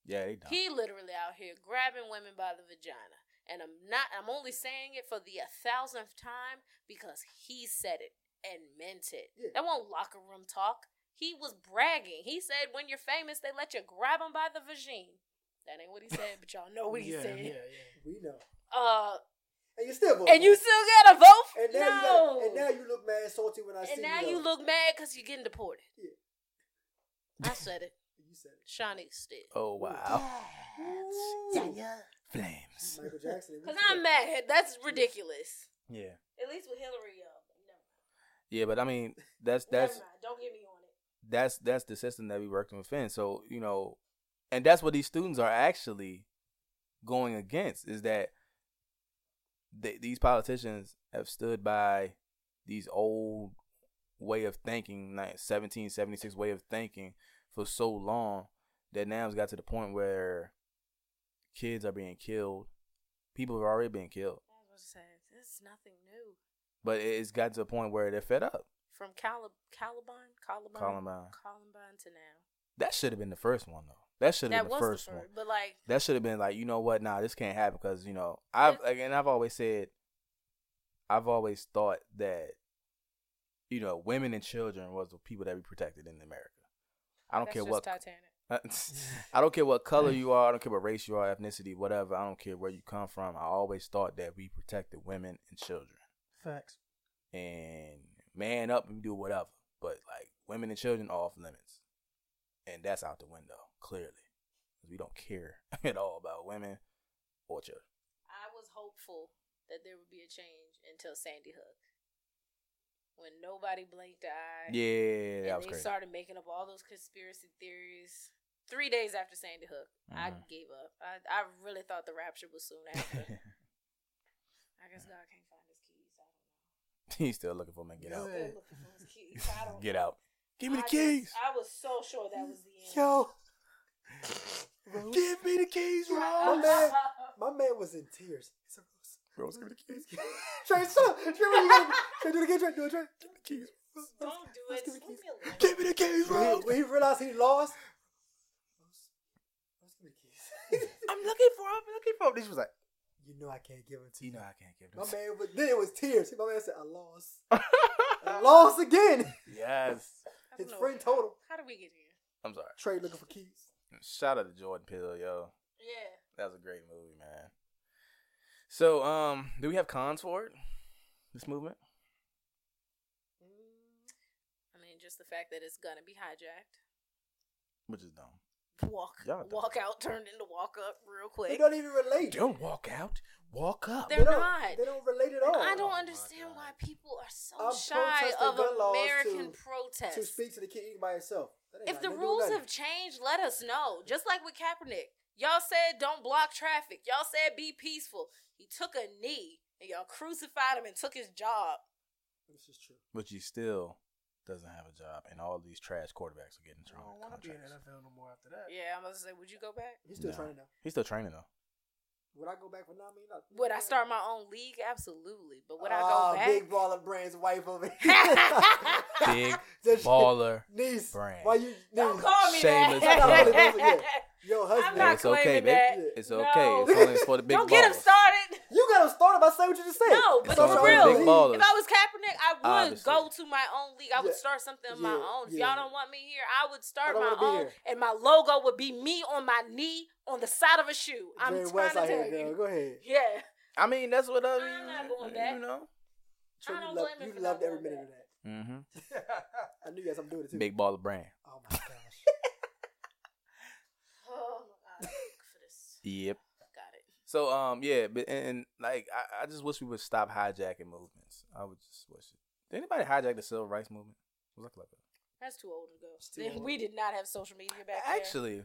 Yeah, they done. He literally out here grabbing women by the vagina. And I'm not I'm only saying it for the a thousandth time because he said it and meant it. Yeah. That won't locker room talk. He was bragging. He said when you're famous they let you grab them by the vagine. That ain't what he said, but y'all know what he yeah, said. yeah, yeah. We know, Uh and you still vote. and you still got a vote? for- And now you no. got, and now you look mad salty when I see And now you. you though. look mad because you're getting deported. Yeah. I said it. You said it. Shawnee's did. Oh wow. Flames. Michael Jackson. and we Because took I'm it. mad. That's ridiculous. Yeah. At least with Hillary, uh, no. Yeah, but I mean, that's that's Never mind. Don't get me on it. that's that's the system that we working within. So you know, and that's what these students are actually going against is that th- these politicians have stood by these old way of thinking, like seventeen seventy six way of thinking, for so long that now it's got to the point where kids are being killed, people are already being killed, I was saying this is nothing new but it- it's got to the point where they're fed up. from Calib- Caliban, Columbine, Columbine. Columbine to now. That should have been the first one though. That should have That been the was first the one. first, but like that should have been like, you know what? Nah, this can't happen because you know I've It's- again I've always said, I've always thought that, you know, women and children was the people that we protected in America. I don't That's care just what Titanic. I don't care what color you are. I don't care what race you are, ethnicity, whatever. I don't care where you come from. I always thought that we protected women and children Facts. and man up and do whatever. But like women and children are off limits, and that's out the window clearly. 'Cause We don't care at all about women or children. I was hopeful that there would be a change until Sandy Hook, when nobody blinked an eye. Yeah, that and was they crazy. started making up all those conspiracy theories. Three days after Sandy Hook, I Mhm. gave up. I, I really thought the rapture was soon after. I guess God can't find his keys. I He's still looking for me. Get don't know. out. Still looking for his keys. I don't Get out. Give me the I just- keys. I was so sure that was the end. Yo, Give me the keys, My Rose. man, my man was in tears. He said, "Rose, Rose, give me the keys. Trey, shut up. Trey, what you gonna- Trey, do it again. Trey, do it, Trey. Give me the keys. Don't do Let's it. give it Leave me alone. Give me the keys, Rose. When, when he realized he lost, Rose, Rose, give me the keys. I'm looking for him. I'm looking for him. This was like, you know I can't give him to you know, I can't give My this. man, was, then it was tears. My man said, "I lost. I lost again." Yes. I don't His know. friend told him, How did we get here? I'm sorry. "Trey looking for keys." Shout out to Jordan Peele, yo. Yeah. That was a great movie, man. So, um, do we have cons for it? This movement? Mm-hmm. I mean, just the fact that it's gonna be hijacked. Which is dumb. Walk, Y'all dumb. walk out turned into walk up real They quick. don't even relate. Don't walk out. Walk up. They They're don't- not. They don't relate at all. I Oh don't my understand God. why people are so I'm shy protesting of gun laws American to- protest. to speak to the kid eating by himself. That ain't if got nothing to the do with rules nothing. have changed, let us know. Just like with Kaepernick, y'all said don't block traffic. Y'all said be peaceful. He took a knee, and y'all crucified him and took his job. this is true. But he still doesn't have a job, and all these trash quarterbacks are getting I strong don't want to be in contracts. NFL no more after that. Yeah, I'm about to say, would you go back? He's still No. trying to know. He's still training though. Would I go back with Nami? No. Would I start my own league? Absolutely. But would I Ah, go back? Big baller Brand's wife over here. Big Baller. niece. Brand. Why you Don't niece? call me Shameless that. plug. Your I'm husband. not It's okay, claiming babe. that. It's No. okay. It's only for the big Don't get him ballers. started. you got him started by saying what you just said. No, It's but all for for real, the big ballers. if I was Kaepernick, I would Obviously. go to my own league. I would Yeah. start something of my Yeah, own. If yeah. y'all don't want me here, I would start don't my wanna be own, here. and my logo would be me on my knee on the side of a shoe. I'm Jerry trying West to out tell here, you. girl. Go ahead. Yeah, I mean, that's what I I'm not going back. You know. Trey, don't you loved, blame him you for loved not every going minute of that. Mm-hmm. I knew you guys. I'm doing it too. Big Baller Brand. Oh my gosh. oh, my God, for this. Yep. Got it. So um yeah, but and, and, like I, I just wish we would stop hijacking movements. I would just wish it. Did anybody hijack the civil rights movement? Was that like that? That's too old to go. too Then old. We did not have social media back then. Actually,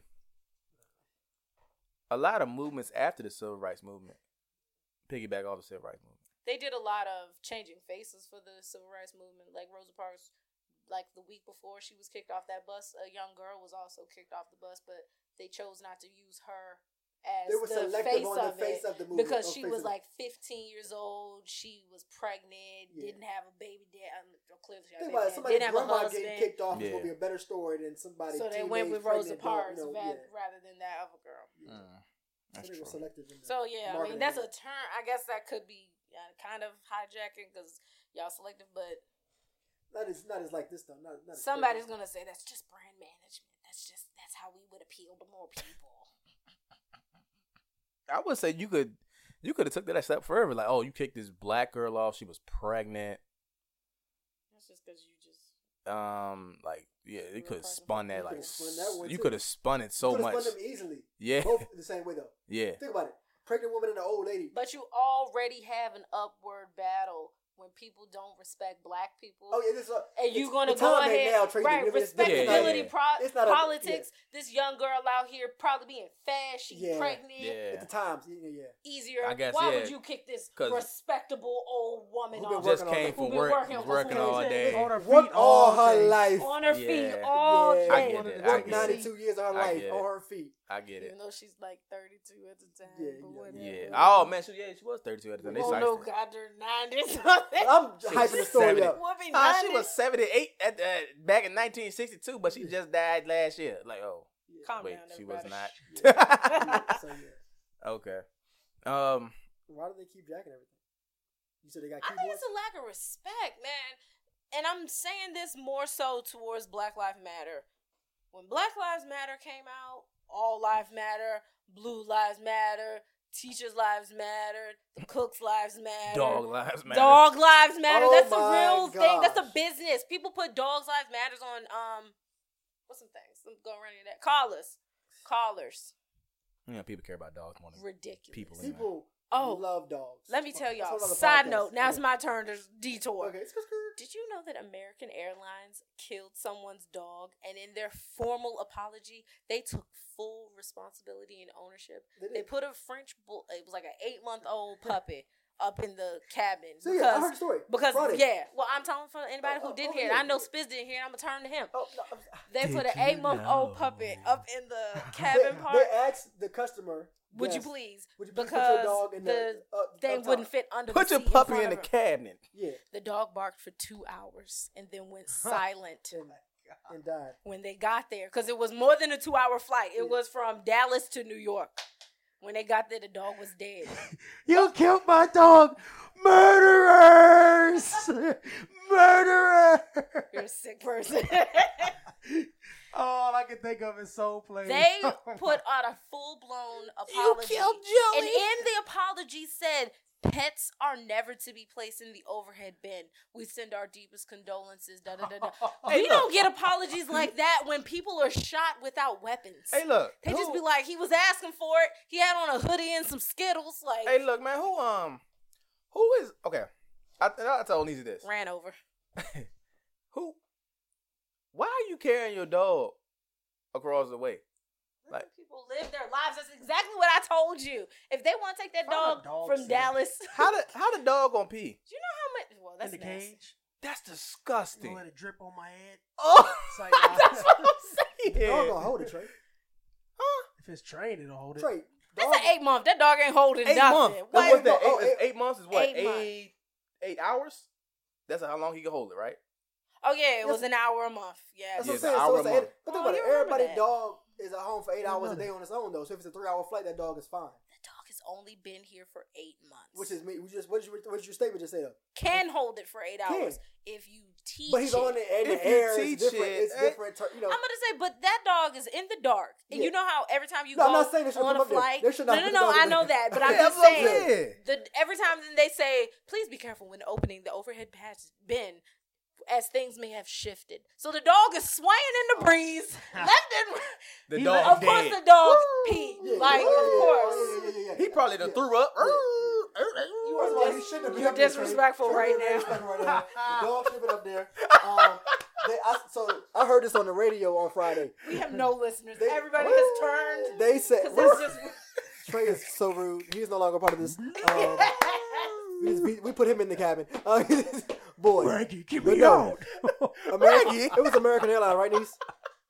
a lot of movements after the civil rights movement piggyback off the civil rights movement. they did a lot of changing faces for the civil rights movement. Like Rosa Parks, like the week before she was kicked off that bus, a young girl was also kicked off the bus, but they chose not to use her as They were the selective face on the of face it of the movie. because she was like 15 years old. She was pregnant, Yeah. didn't have a baby dad. um, well, Clearly, she had a Think about baby it. dad, Somebody's didn't have a grandma getting husband. kicked off is Yeah. gonna be a better story than somebody. So they went with teenage Rosa pregnant Parks Adult, you know, ra- yeah. rather than that other girl. Yeah. Mm, So That's they were true. selective in that. So yeah, I Marketing. mean that's a term. I guess that could be uh, kind of hijacking because y'all selective, but not as not as like this though. Not, not as Somebody's crazy. gonna say that's just brand management. That's just that's how we would appeal to more people. I would say you could you could have took that a step further. Like, oh, you kicked this black girl off. She was pregnant. That's just because you just Um, like yeah, you Real could have person. spun You that like coulda spun that one, you too. could have spun it You so could've much. Spun them easily. Yeah, Both the same way though. yeah. Think about it. Pregnant woman and an old lady. but you already have an upward battle when people don't respect black people. Oh yeah, this is a, And you it's- gonna the go time ain't ahead, now, Trey, to right? live in this day Yeah, and yeah, Respectability age. pro- It's not a- politics. This young girl out here probably being fast. She's Yeah. pregnant. At Yeah. the times, yeah, yeah. yeah. Easier. I guess, Why yeah. would you kick this 'Cause- respectable old woman Who been off working Just on came it. from Who been work, working was on working it. all Yeah. day. Worked all her life. on her feet Yeah. all Yeah. I day? get it. I Worked get it. 92 years of her I life get on it. her feet. I get it. Even though she's like 32 at the time. Yeah, but yeah, whatever. Yeah. Oh man, she, yeah, she was 32 at the time. They Won't sized Oh, no her. goddamn 90 Oh, something. I'm She was hyping the story 70. up. Woman Ah, 90. she was 78 at the, back in 1962, but she just died last year. Like, oh, Calm wait, down, she was everybody. not. Yeah, so, yeah. okay. Um, Why do they keep jacking everything? You said they got I think keyboards. it's a lack of respect, man. And I'm saying this more so towards Black Lives Matter. when Black Lives Matter came out, all lives matter, blue lives matter, teachers' lives matter, the cooks' lives matter. Dog lives matter. Dog lives matter. Oh That's a my real thing. That's a gosh. business. People put dogs lives matters on um what's some things? I'm going around that. Collars. Collars. You know, people care about dogs more than Ridiculous. People. People Oh. love dogs. Let me tell That's y'all. another Side podcast. note. Now it's Okay. my turn to detour. Okay, it's good. Did you know that American Airlines killed someone's dog and in their formal apology, they took full responsibility and ownership? They put a French bull, it was like an eight month old puppy up in the cabin. So because, yeah, I heard the story. because Friday. yeah, well, I'm talking for anybody Oh, who oh, didn't oh, hear it. yeah, I know yeah. Spitz didn't hear it. I'm gonna turn to him. Oh, no, I'm- They Did put an you eight month old know? puppy up in the they, cabin part. they asked the customer. Would yes, you please? Would you please put because your dog in the, the uh, up They top? wouldn't fit under. Put the your seat puppy front in the of her. cabinet. Yeah, The dog barked for two hours and then went silent and, and died. when they got there because it was more than a two hour flight. Yeah. It was from Dallas to New York. When they got there, the dog was dead. You killed my dog! Murderers! Murderer! You're a sick person. All I can think of is soul play. they put out a full blown apology. And in the apology said, pets are never to be placed in the overhead bin. We send our deepest condolences. Da, da, da, da. Hey, we look. don't get apologies like that when people are shot without weapons. Hey, look. they just who- be like, he was asking for it. He had on a hoodie and some Skittles. Like, Hey, look, man. Who um, who is okay? I I told Nisi this. ran over. Who? Why are you carrying your dog across the way? Let Like- the people live their lives. That's exactly what I told you. If they want to take that Find dog, a dog from sitter. Dallas, How the how the dog gonna pee? do you know how much? Well, in that's the nasty. cage. That's I'm gonna disgusting. let it drip on my head. Oh, It's like, that's what I'm saying. Dog gonna hold it, Trey. if it's trained, it'll hold it. Trey, That's dog- an eight month. That dog ain't holding Eight nothing. months. What? What was that? Eight, Oh, it's eight- eight months is what? eight Eight months. eight, hours. That's how long he can hold it, right? Oh yeah, it was an hour a month. That's what Yeah. Yeah, I'm it's saying. an So hour it's a a, month. but think Oh, about it. you remember Everybody that. dog is at home for eight hours a remember day on its own though. So if it's a three hour flight, that dog is fine. The dog has only been here for eight months. Which is me. We just what did you what did your statement just say though? can hold it for eight Can. hours if you teach. But he's it. on it and the If you air teach is different. it, It's eh? different. tur- You know, I'm gonna say, but that dog is in the dark, and Yeah. you know how every time you No, go I'm not saying they should on put a up there. flight, They should no, not no, put no, the dog I in know there. that, but Yeah, I'm that's just what I'm saying. Yeah. The every time then they say, please be careful when opening the overhead patch bin, as things may have shifted. So the dog is swaying in Oh. the breeze, left and right. The He dog let- Of dead. course, the dog pee. Yeah, Like, yeah, of yeah, yeah, course. yeah, yeah, yeah, yeah. he probably done threw up. You First of all, are he dis- shouldn't have been you're up there, Trey. disrespectful Trey right been now. disrespectful right now. the dog should have been up there. Um, they, I, so I heard this on the radio on Friday. We have no listeners. They- Everybody has turned. They said Because that's just. Trey is so rude. He's no longer part of this. Um, we, just beat, we put him in the cabin. Uh, boy, Frankie, keep But me no. out. American, it was American Airlines, right, niece?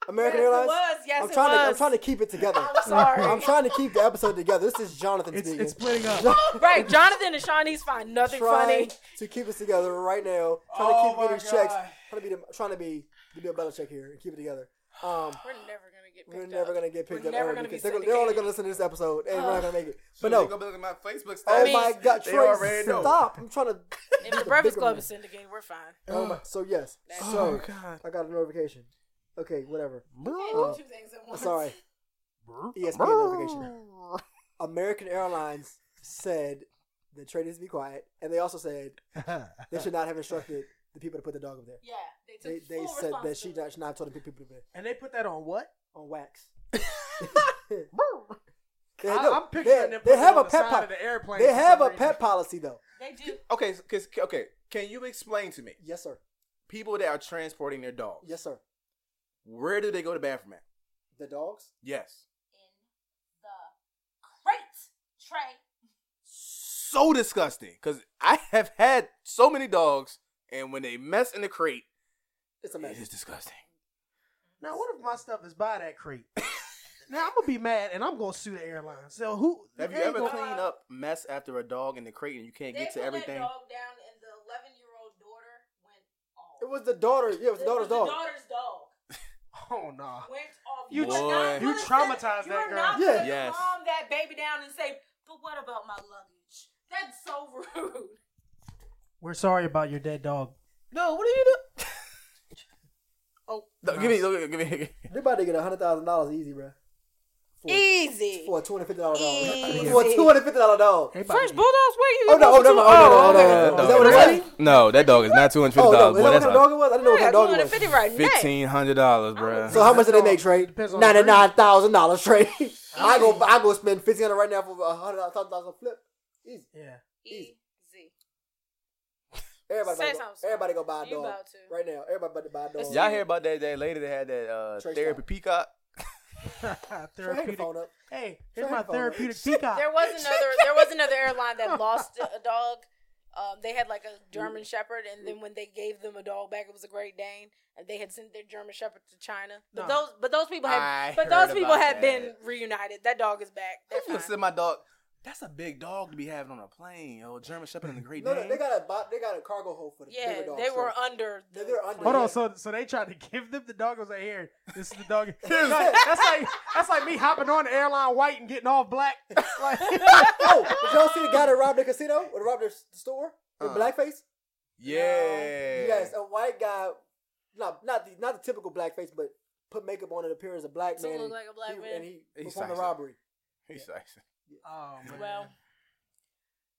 American yes, Airlines. It was. Yes, I'm it trying to was. I'm trying to keep it together. I'm sorry. I'm trying to keep the episode together. This is Jonathan It's, speaking. it's splitting up. right, Jonathan and Shawnee's find nothing trying funny. to keep us together right now. Trying Oh to keep getting my checks. God. Trying to be the- trying to be the Bill Belichick here and keep it together. Um, We're never gonna get picked we're never up. gonna get picked We're up never ever gonna be because they're, gonna- they're only syndicated. gonna listen to this episode and we're Ugh. not gonna make it. But no, go look at my Facebook oh mean, my God, they Trey, already know. stop! I'm trying to. If be the Breakfast bigger Club man. is syndicated, we're fine. Oh my, so yes, That's- Oh so god. I got a notification. Okay, whatever. Can't do two things at once. Oh, Sorry. E ESPN notification. American Airlines said the trade needs to be quiet, and they also said they should not have instructed the people to put the dog up there. Yeah, they They, took they full said that she responsibility. not, should not have told the people to put it and they put that on what? on wax. They, I, no, I'm picturing they, them they putting it have on a the pet side of policy. the airplane. They for have some a reason. pet policy though. They do. Okay, so- cause okay, can you explain to me Yes, sir. people that are transporting their dogs? Yes, sir. Where do they go to bathroom at? The dogs. Yes. in the crate tray. So disgusting. Cause I have had so many dogs, and when they mess in the crate, It's a it mess. is disgusting. Now, what if my stuff is by that crate? now I'm gonna be mad and I'm gonna sue the airline. So who? Have you they ever gonna- cleaned up mess after a dog in the crate and you can't They get to put everything? that dog down, and the 11 year old daughter went off. It was the daughter. Yeah, it was the daughter's dog. The daughter's dog Oh no. went off. You are tra- not you gonna sit- traumatized you that are girl. Not Yeah. gonna Yes. Calm that baby down and say, "But what about my luggage?" That's so rude. We're sorry about your dead dog. No, what are you doing? Oh, No, no. Give me, look, give me. They're about to get hundred thousand dollars easy, bro. For, Easy. for a two hundred fifty dollar dog. Easy. For a two hundred fifty dollar dog. They about French to- Bulldogs, where you? Oh no! Oh no! Oh no! Oh no! okay. Oh, no. Is that what That's it was? No, that dog is not two hundred Oh fifty no! dollars. Is that what kind of dog it was? I didn't know what Yeah, kind of dog it 250 was. right now. Fifteen hundred dollars, bro. So how much did they Depends make, on- Trade? depends on the Ninety nine thousand dollars, Trade. I go I go spend fifteen hundred right now for a hundred thousand dollars on flip. Easy. Yeah. Easy. Everybody, Say go, something, son. everybody go buy a You dog about to. right now. Everybody about to buy a dog. Y'all hear about that that lady that had that uh, Trace therapy dog. peacock? Trey, hang the therapeutic. phone up. Try Hey, here's my and follow. therapeutic peacock. There was another. There was another airline that lost a dog. Um, they had like a German Shepherd, and then when they gave them a dog back, it was a Great Dane, and they had sent their German Shepherd to China. But No. those, but those people had, I but heard those people about had that. been reunited. That dog is back. I They're was gonna fine. send my dog. That's a big dog to be having on a plane. Yo, German Shepherd and the Great No, Dane. no, they got a bo- they got a cargo hold for the Yeah, bigger dogs. they were uh, Trey. under. They're- they're under. Hold Yeah. on, so so they tried to give them the dog. I was like, here, this is the dog. Here's Like, it. that's like that's like me hopping on the airline white and getting all black. Like, oh, did y'all see the guy that robbed the casino or robbed the s- store? The Uh. blackface. yeah. Yes, a white guy, not not the not the typical blackface, but put makeup on an appearance of black To man. look and like a black he- man. and he He's performed a sexy. robbery. He's nice. oh man. Well,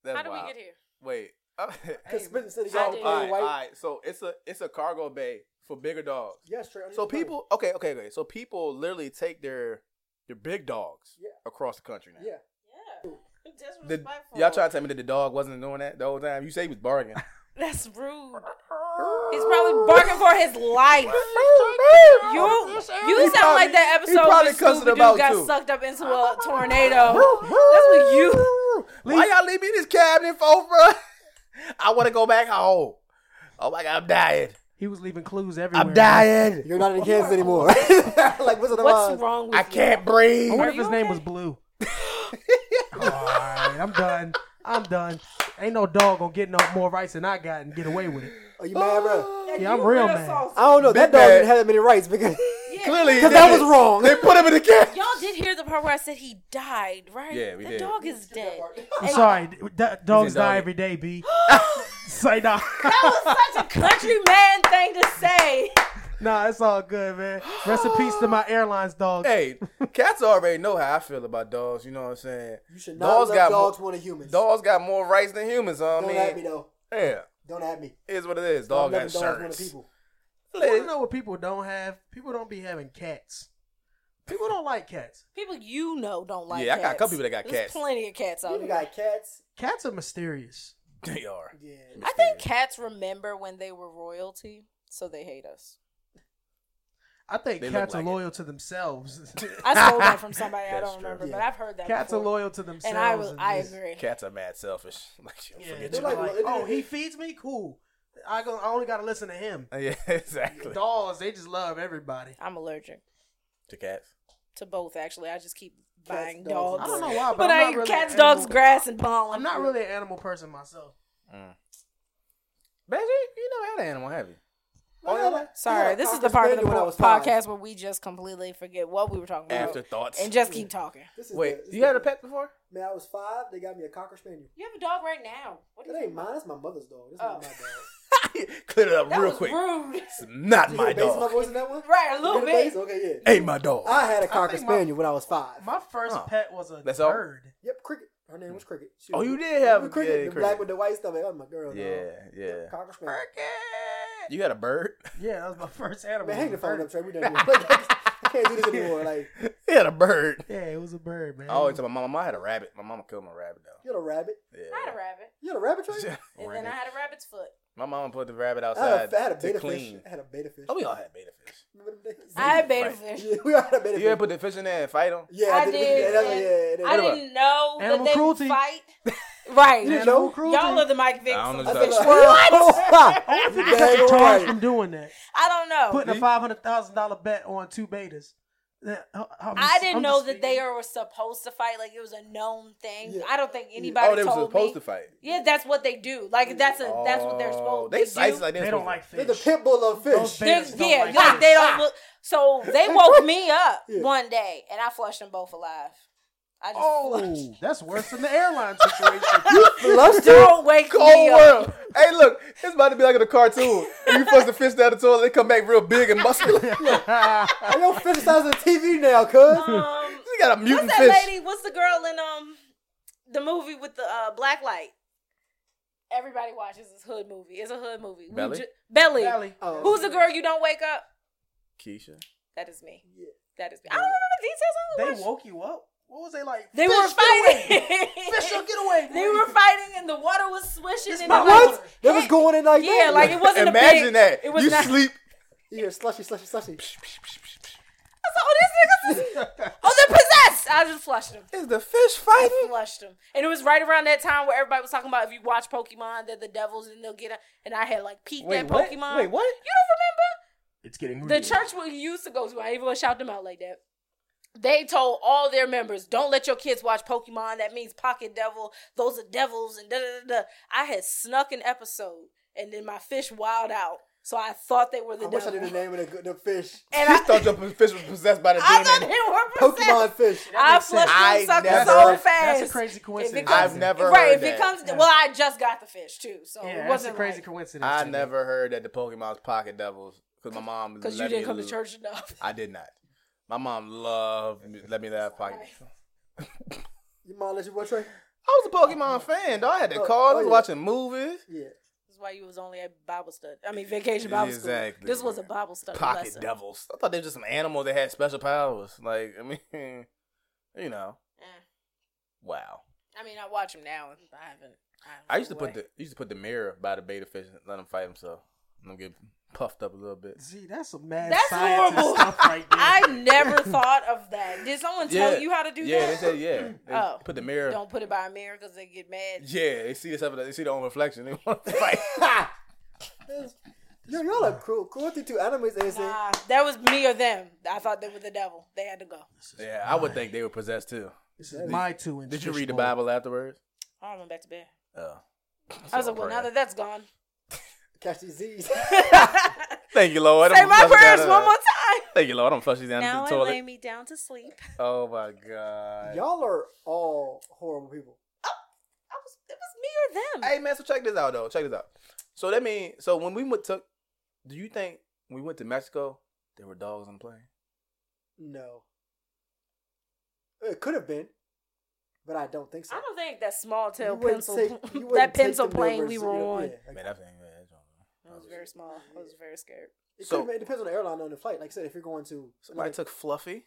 That's how did we wild. get here? Wait. Hey, Conspiracy City so, I Dog did. all right, being all white. right. So it's a it's a cargo bay for bigger dogs. Yes, Trey. I need So to tell you. people, okay, okay, okay. So people literally take their their big dogs Yeah. across the country now. Yeah. Yeah, The- disrespectful. y'all trying to tell me that the dog wasn't doing that the whole time? You say he was barking. That's rude. He's probably barking for his life. You, you He sound like probably- that he episode probably when cussing Scooby Doo about got too. sucked up into a tornado. what you- Why y'all leave me in this cabinet for, bro? I want to go back home. Oh my god, I'm dying. he was leaving clues everywhere. I'm dying. You're not in Kansas anymore. like what's the What's wrong with I can't breathe. I wonder Are if his you name okay? was Blue. all right, I'm done. I'm done. Ain't no dog gonna get no more rights than I got and get away with it. Are you mad, bro? you? Yeah, I'm real mad. I don't know. That Big dog bad. didn't have that many rights because Yeah. Clearly, because they- that was wrong. They put him in the cabinet. Y'all did hear the part where I said he died, right? Yeah, we the did. dog is dead. I'm sorry. d- d- dogs dog. die every day, B. Say nah. That was such a countryman thing to say. nah, it's all good, man. Rest in peace to my airlines dog. Hey, cats already know how I feel about dogs. You know what I'm saying? You should not Dogs love got dogs more than humans. Dogs got more rights than humans. So I don't mean, at me though. yeah, Don't at me. it is what it is. Dog Dog got shirts. people. Well, you know what people don't have? People don't be having cats. People don't like cats. People you know don't like Yeah, I cats. got a couple people that got There's cats. plenty of cats out You there. got cats. Cats are mysterious. They are. Yeah. I think cats remember when they were royalty, so they hate us. I think They look cats like are it. loyal to themselves. I stole that from somebody I That's don't remember, true. but Yeah. I've heard that. cats are before. loyal to themselves. and I was, I just- agree. Cats are mad selfish. Like, yo, Yeah, forget they're you. like, like, well, it- oh, he feeds me, cool. I go, I only gotta listen to him. yeah, exactly. Dogs, they just love everybody. I'm allergic To cats. to both. Actually, I just keep Cats, buying dogs, dogs. I don't know why, but, I'm But I not eat really cats, an animal- dogs, grass, and pollen. I'm not really an animal person myself. Mm. Benji, you never had an animal, have you? Oh, I had a- I had Sorry, a this is cocker the part of the spaniel when I po- was five. podcast where we just completely forget what we were talking about Afterthoughts. and just keep talking. This is Wait, the- this you had is a pet before? Man, I was five. They got me a cocker spaniel. You have a dog right now. What That ain't mine. That's my mother's dog. That's Oh. not my dog. Clear it up That real was quick. rude. It's not You my hear the bass in my dog. voice in that one? right, a You little hear the bit. bass? Okay, yeah. Ain't my dog. I had a cocker think my- spaniel when I was five. My first Huh. pet was a That's all? bird. yep, cricket. Her name was Cricket. She Oh, was- you did have- Remember cricket, yeah, the Cricket. black with the white stomach. Oh my girl. dog. yeah, yeah. cocker spaniel. You had a bird? Yeah, that was my first animal. Man, It hang the was a phone bird. up, Trey. We done. here. Like, I can't do this anymore. Like You had a bird. Yeah, it was a bird, man. I always tell my mama, I had a rabbit. My mama killed my rabbit, though. you had a rabbit. I had a Yeah. rabbit, You had a rabbit, Trey. and then I had a rabbit's foot. my mama put the rabbit I had outside a, I had a to beta clean. fish. I had a beta fish. Oh, we all had beta fish. Remember them days? I had beta Right. fish. Yeah, we all had a beta You ever fish. put the fish in there and fight them? Yeah, I Yeah, did, that's- and yeah, yeah. I didn't know Animal that they cruelty. would fight. right, You didn't Animal know? cruelty. y'all are the Mike Vicks. I don't of know the what fish you're world. I What? wonder if you got Dang some charge right. from doing that. I don't know. Putting a Me? five hundred thousand dollar bet on two betas. That- I- I'm I just- didn't I'm know just that they are- were supposed to fight. Like it was a known thing. Yeah. I don't think anybody Oh, they were told supposed me. to fight. Yeah, that's what they do. Like that's a that's what they're Oh, supposed. They to size do. like They don't like They're fish. the pit bull of Those fish. They're- betas don't yeah, like like, fish. they don't look. So they woke me up Yeah. one day, and I flushed them both alive. I just Oh, that's worse than the airline situation. Flustered. don't wake me Cold up. world. Hey, look, it's about to be like in a cartoon. you flush the fish down the toilet, they come back real big and muscular. you I don't fish size of the TV now, cuz. Um, got a what's mutant that fish. lady? What's the girl in um the movie with the uh, black light? Everybody watches this hood movie. It's a hood movie. We Belly? ju- Belly. Belly. Oh. Who's the girl you don't wake up? Keisha. That is me. Yeah. That is me. I don't remember the details. I They only watched- woke you up. What was they like? They were "Fish, get away. fighting. Fish, yo, get away. they were fighting, and the water was swishing. It's and my it water. was- What? That was going in like Yeah, that? like it wasn't a Imagine big. that. It was you not. sleep. You hear slushy, slushy, slushy. I was like, oh, these niggas. Is, oh, they're possessed. I just flushed them. Is the fish I fighting? flushed them, and it was right around that time where everybody was talking about if you watch Pokemon, they're the devils, and they'll get. A, and I had like peeked at Pokemon. Wait, what? You don't remember? It's getting The church we used to go to, I ain't even gonna shout them out like that. They told all their members, don't let your kids watch Pokemon. That means pocket devil. Those are devils and da da da. da. I had snuck an episode and then my fish wild out. So I thought they were the I wish I devil. knew the name of the, the fish. and You I, thought your fish was possessed by the I thought demon. they were Pokemon possessed. fish. I makes sense. flushed I them suckers never- so that's fast. That's a crazy coincidence. comes- I've never Right, heard if it that. comes, Yeah. well, I just got the fish too, so Yeah, it that's a wasn't crazy crazy. coincidence. I to me. never heard that the Pokemon's pocket devils because my mom Because you let didn't me come to lo- church enough. I did not. My mom loved me- let me have pocket. Your mom let you watch Trey? I was a Pokemon fan. Though I had to Oh, call. I oh, was yeah. watching movies. Yeah. That's why you was only at Bible study. I mean, vacation Bible Exactly. school. This was a Bible study Pocket lesson. devils. I thought they were just some animal that had special powers. Like I mean, you know, Eh. wow. I mean, I watch them now. and I haven't. haven't I used to put put the used to put the mirror by the beta fish and let him fight himself. Let him get puffed up a little bit. See, that's some mad That's scientist horrible. stuff right there. I never thought of that. Did someone tell Yeah. you how to do yeah, that? they said yeah. They Oh. put the mirror. Don't put it by a mirror because they get mad. Yeah, they see this other. They see their own reflection. They want to fight. Yo, y'all are cruel. Cruelty to animals, they say. Nah, Ah, that was me or them. I thought they were the devil. They had to go. yeah, I would think they were possessed too. This is my two inch. Did you fish read the bowl. Bible afterwards? I went back to bed. Oh. I was like, well, now that that's gone, Catch these Z's. Thank you, Lord. say I'm my flushing down prayers the- one more time. Thank you, Lord. I'm flushing down Now the I toilet. lay me down to sleep. Oh my god. Y'all are all horrible people. I was, it was me or them. Hey man, so check this out though. Check this out. So that means so when we went to, do you think when we went to Mexico there were dogs on the plane? No. It could have been, but I don't think so. I don't think that small You tail wouldn't pencil, take- you that wouldn't take pencil the plane numbers, we you were know, on. yeah. Man, that thing man, that's I was very small. I was very scared. It, So- could've been- it depends on the airline on the flight. Like I said, if you're going to Somebody like, took Fluffy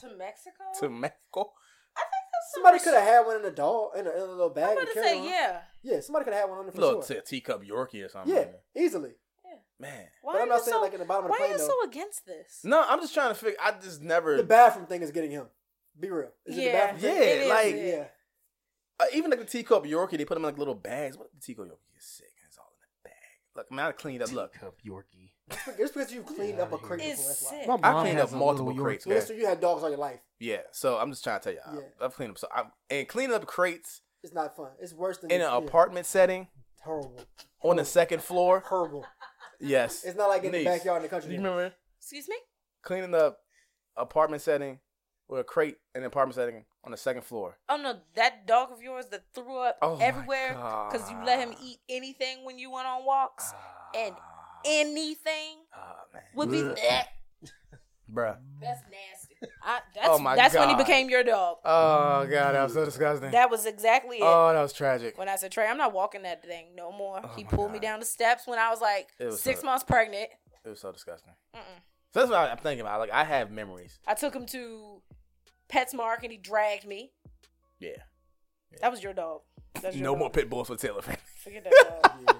To Mexico? to Mexico. I think that's somebody could have had one in a doll in a, in a little I'm bag. about and to carried say around. yeah. Yeah, somebody could have had one on the for Little sure. t- teacup Yorkie or something. Yeah, easily. Man. Why but are I'm not you saying so like in the bottom of the Why are plane you though. so against this? No, I'm just trying to figure. I just never. the bathroom thing is getting him. Be real. Is it the Yeah. bathroom thing? Yeah, like- yeah. yeah. Uh, even like the teacup Yorkie, they put them in like little bags. What if the teacup Yorkie gets sick and it's all in the bag? Look, I mean, I cleaned up. Look, Teacup Yorkie. It's be- It's because you've cleaned up a It's crate before. It's That's why. sick. My I mom cleaned has up a multiple little crates, Yorkie. So, so you had dogs all your life. yeah. So I'm just trying to tell y'all, Yeah. I've cleaned up. So I'm and cleaning up crates It's not fun. It's worse than in an yeah. apartment setting It's Horrible. on the second floor. Horrible. Yes. It's not like in the Niece, backyard in the Do country. you remember Excuse me? cleaning up apartment setting or a crate in an apartment setting on the second floor? Oh no, that dog of yours that threw up Oh, my everywhere because you let him God. eat anything when you went on walks. And Ah, Anything ah, man. would be Ugh. bruh. That's nasty. I, that's Oh, my that's when he God. became your dog. Oh god, that was so disgusting. That was exactly it. Oh, that was tragic. when I said Trey, I'm not walking that thing no more. Oh, he my pulled me God. down the steps when I was like It was six a- months pregnant. It was so disgusting. Mm-mm. So that's what I- I'm thinking about. Like I have memories. I took him to Petsmark and he dragged me. Yeah. That was your dog. That's your No dog. more pit bulls for Taylor. Forget that dog.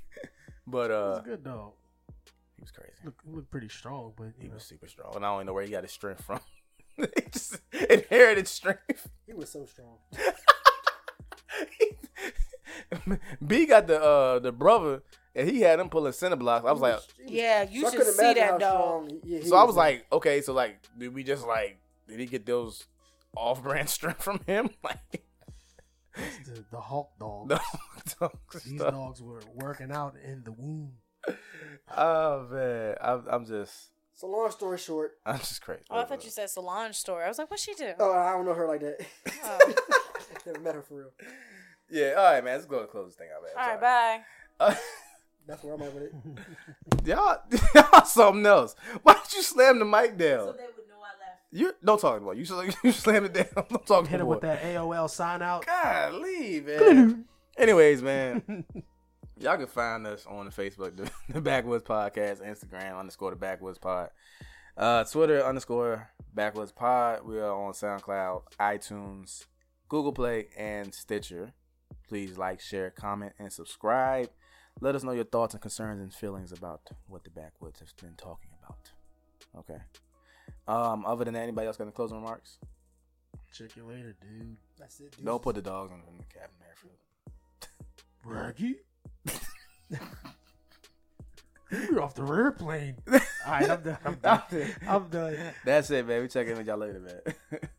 It's but uh, a good dog. he was crazy. Look, look pretty strong, but He you know. was super strong, and I don't even know where he got his strength from. he just inherited strength. He was so strong. B got the uh the brother, and he had him pulling center blocks. I was like, He was- yeah, you so I should couldn't see imagine that how dog. strong- yeah, he so I was like, okay, so like, did we just like, did he get those off brand strength from him? Like, It's the, the Hulk dog. no, These stuff. dogs were working out in the womb. Oh man, I'm, I'm just So long story short, I'm just crazy. Oh, I thought you said Solange story. I was like, what's she do? oh, I don't know her like that. Oh. Never met her for real. Yeah, all right, man. Let's go and close this thing out, man. All right, bye. bye. That's where I'm at with it. y'all, y'all, something else. Why did you slam the mic So down? they would know I left. You don't talk about it. you. Sl- you slam it down. Don't talk Hit him about with that AOL sign out. Golly, man. Anyways, man, y'all can find us on the Facebook, the, the Backwoods Podcast, Instagram underscore the Backwoods Pod, uh, Twitter underscore Backwoods Pod. We are on SoundCloud, iTunes, Google Play, and Stitcher. Please like, share, comment, and subscribe. Let us know your thoughts and concerns and feelings about what the Backwoods has been talking about. Okay. Um, other than that, anybody else got any closing remarks? Check you later, dude. That's it. Don't put the dogs in the cabin there for Raggy? You're off the rear plane. All right, I'm done. I'm done. I'm done. That's it, man. We check in with y'all later, man.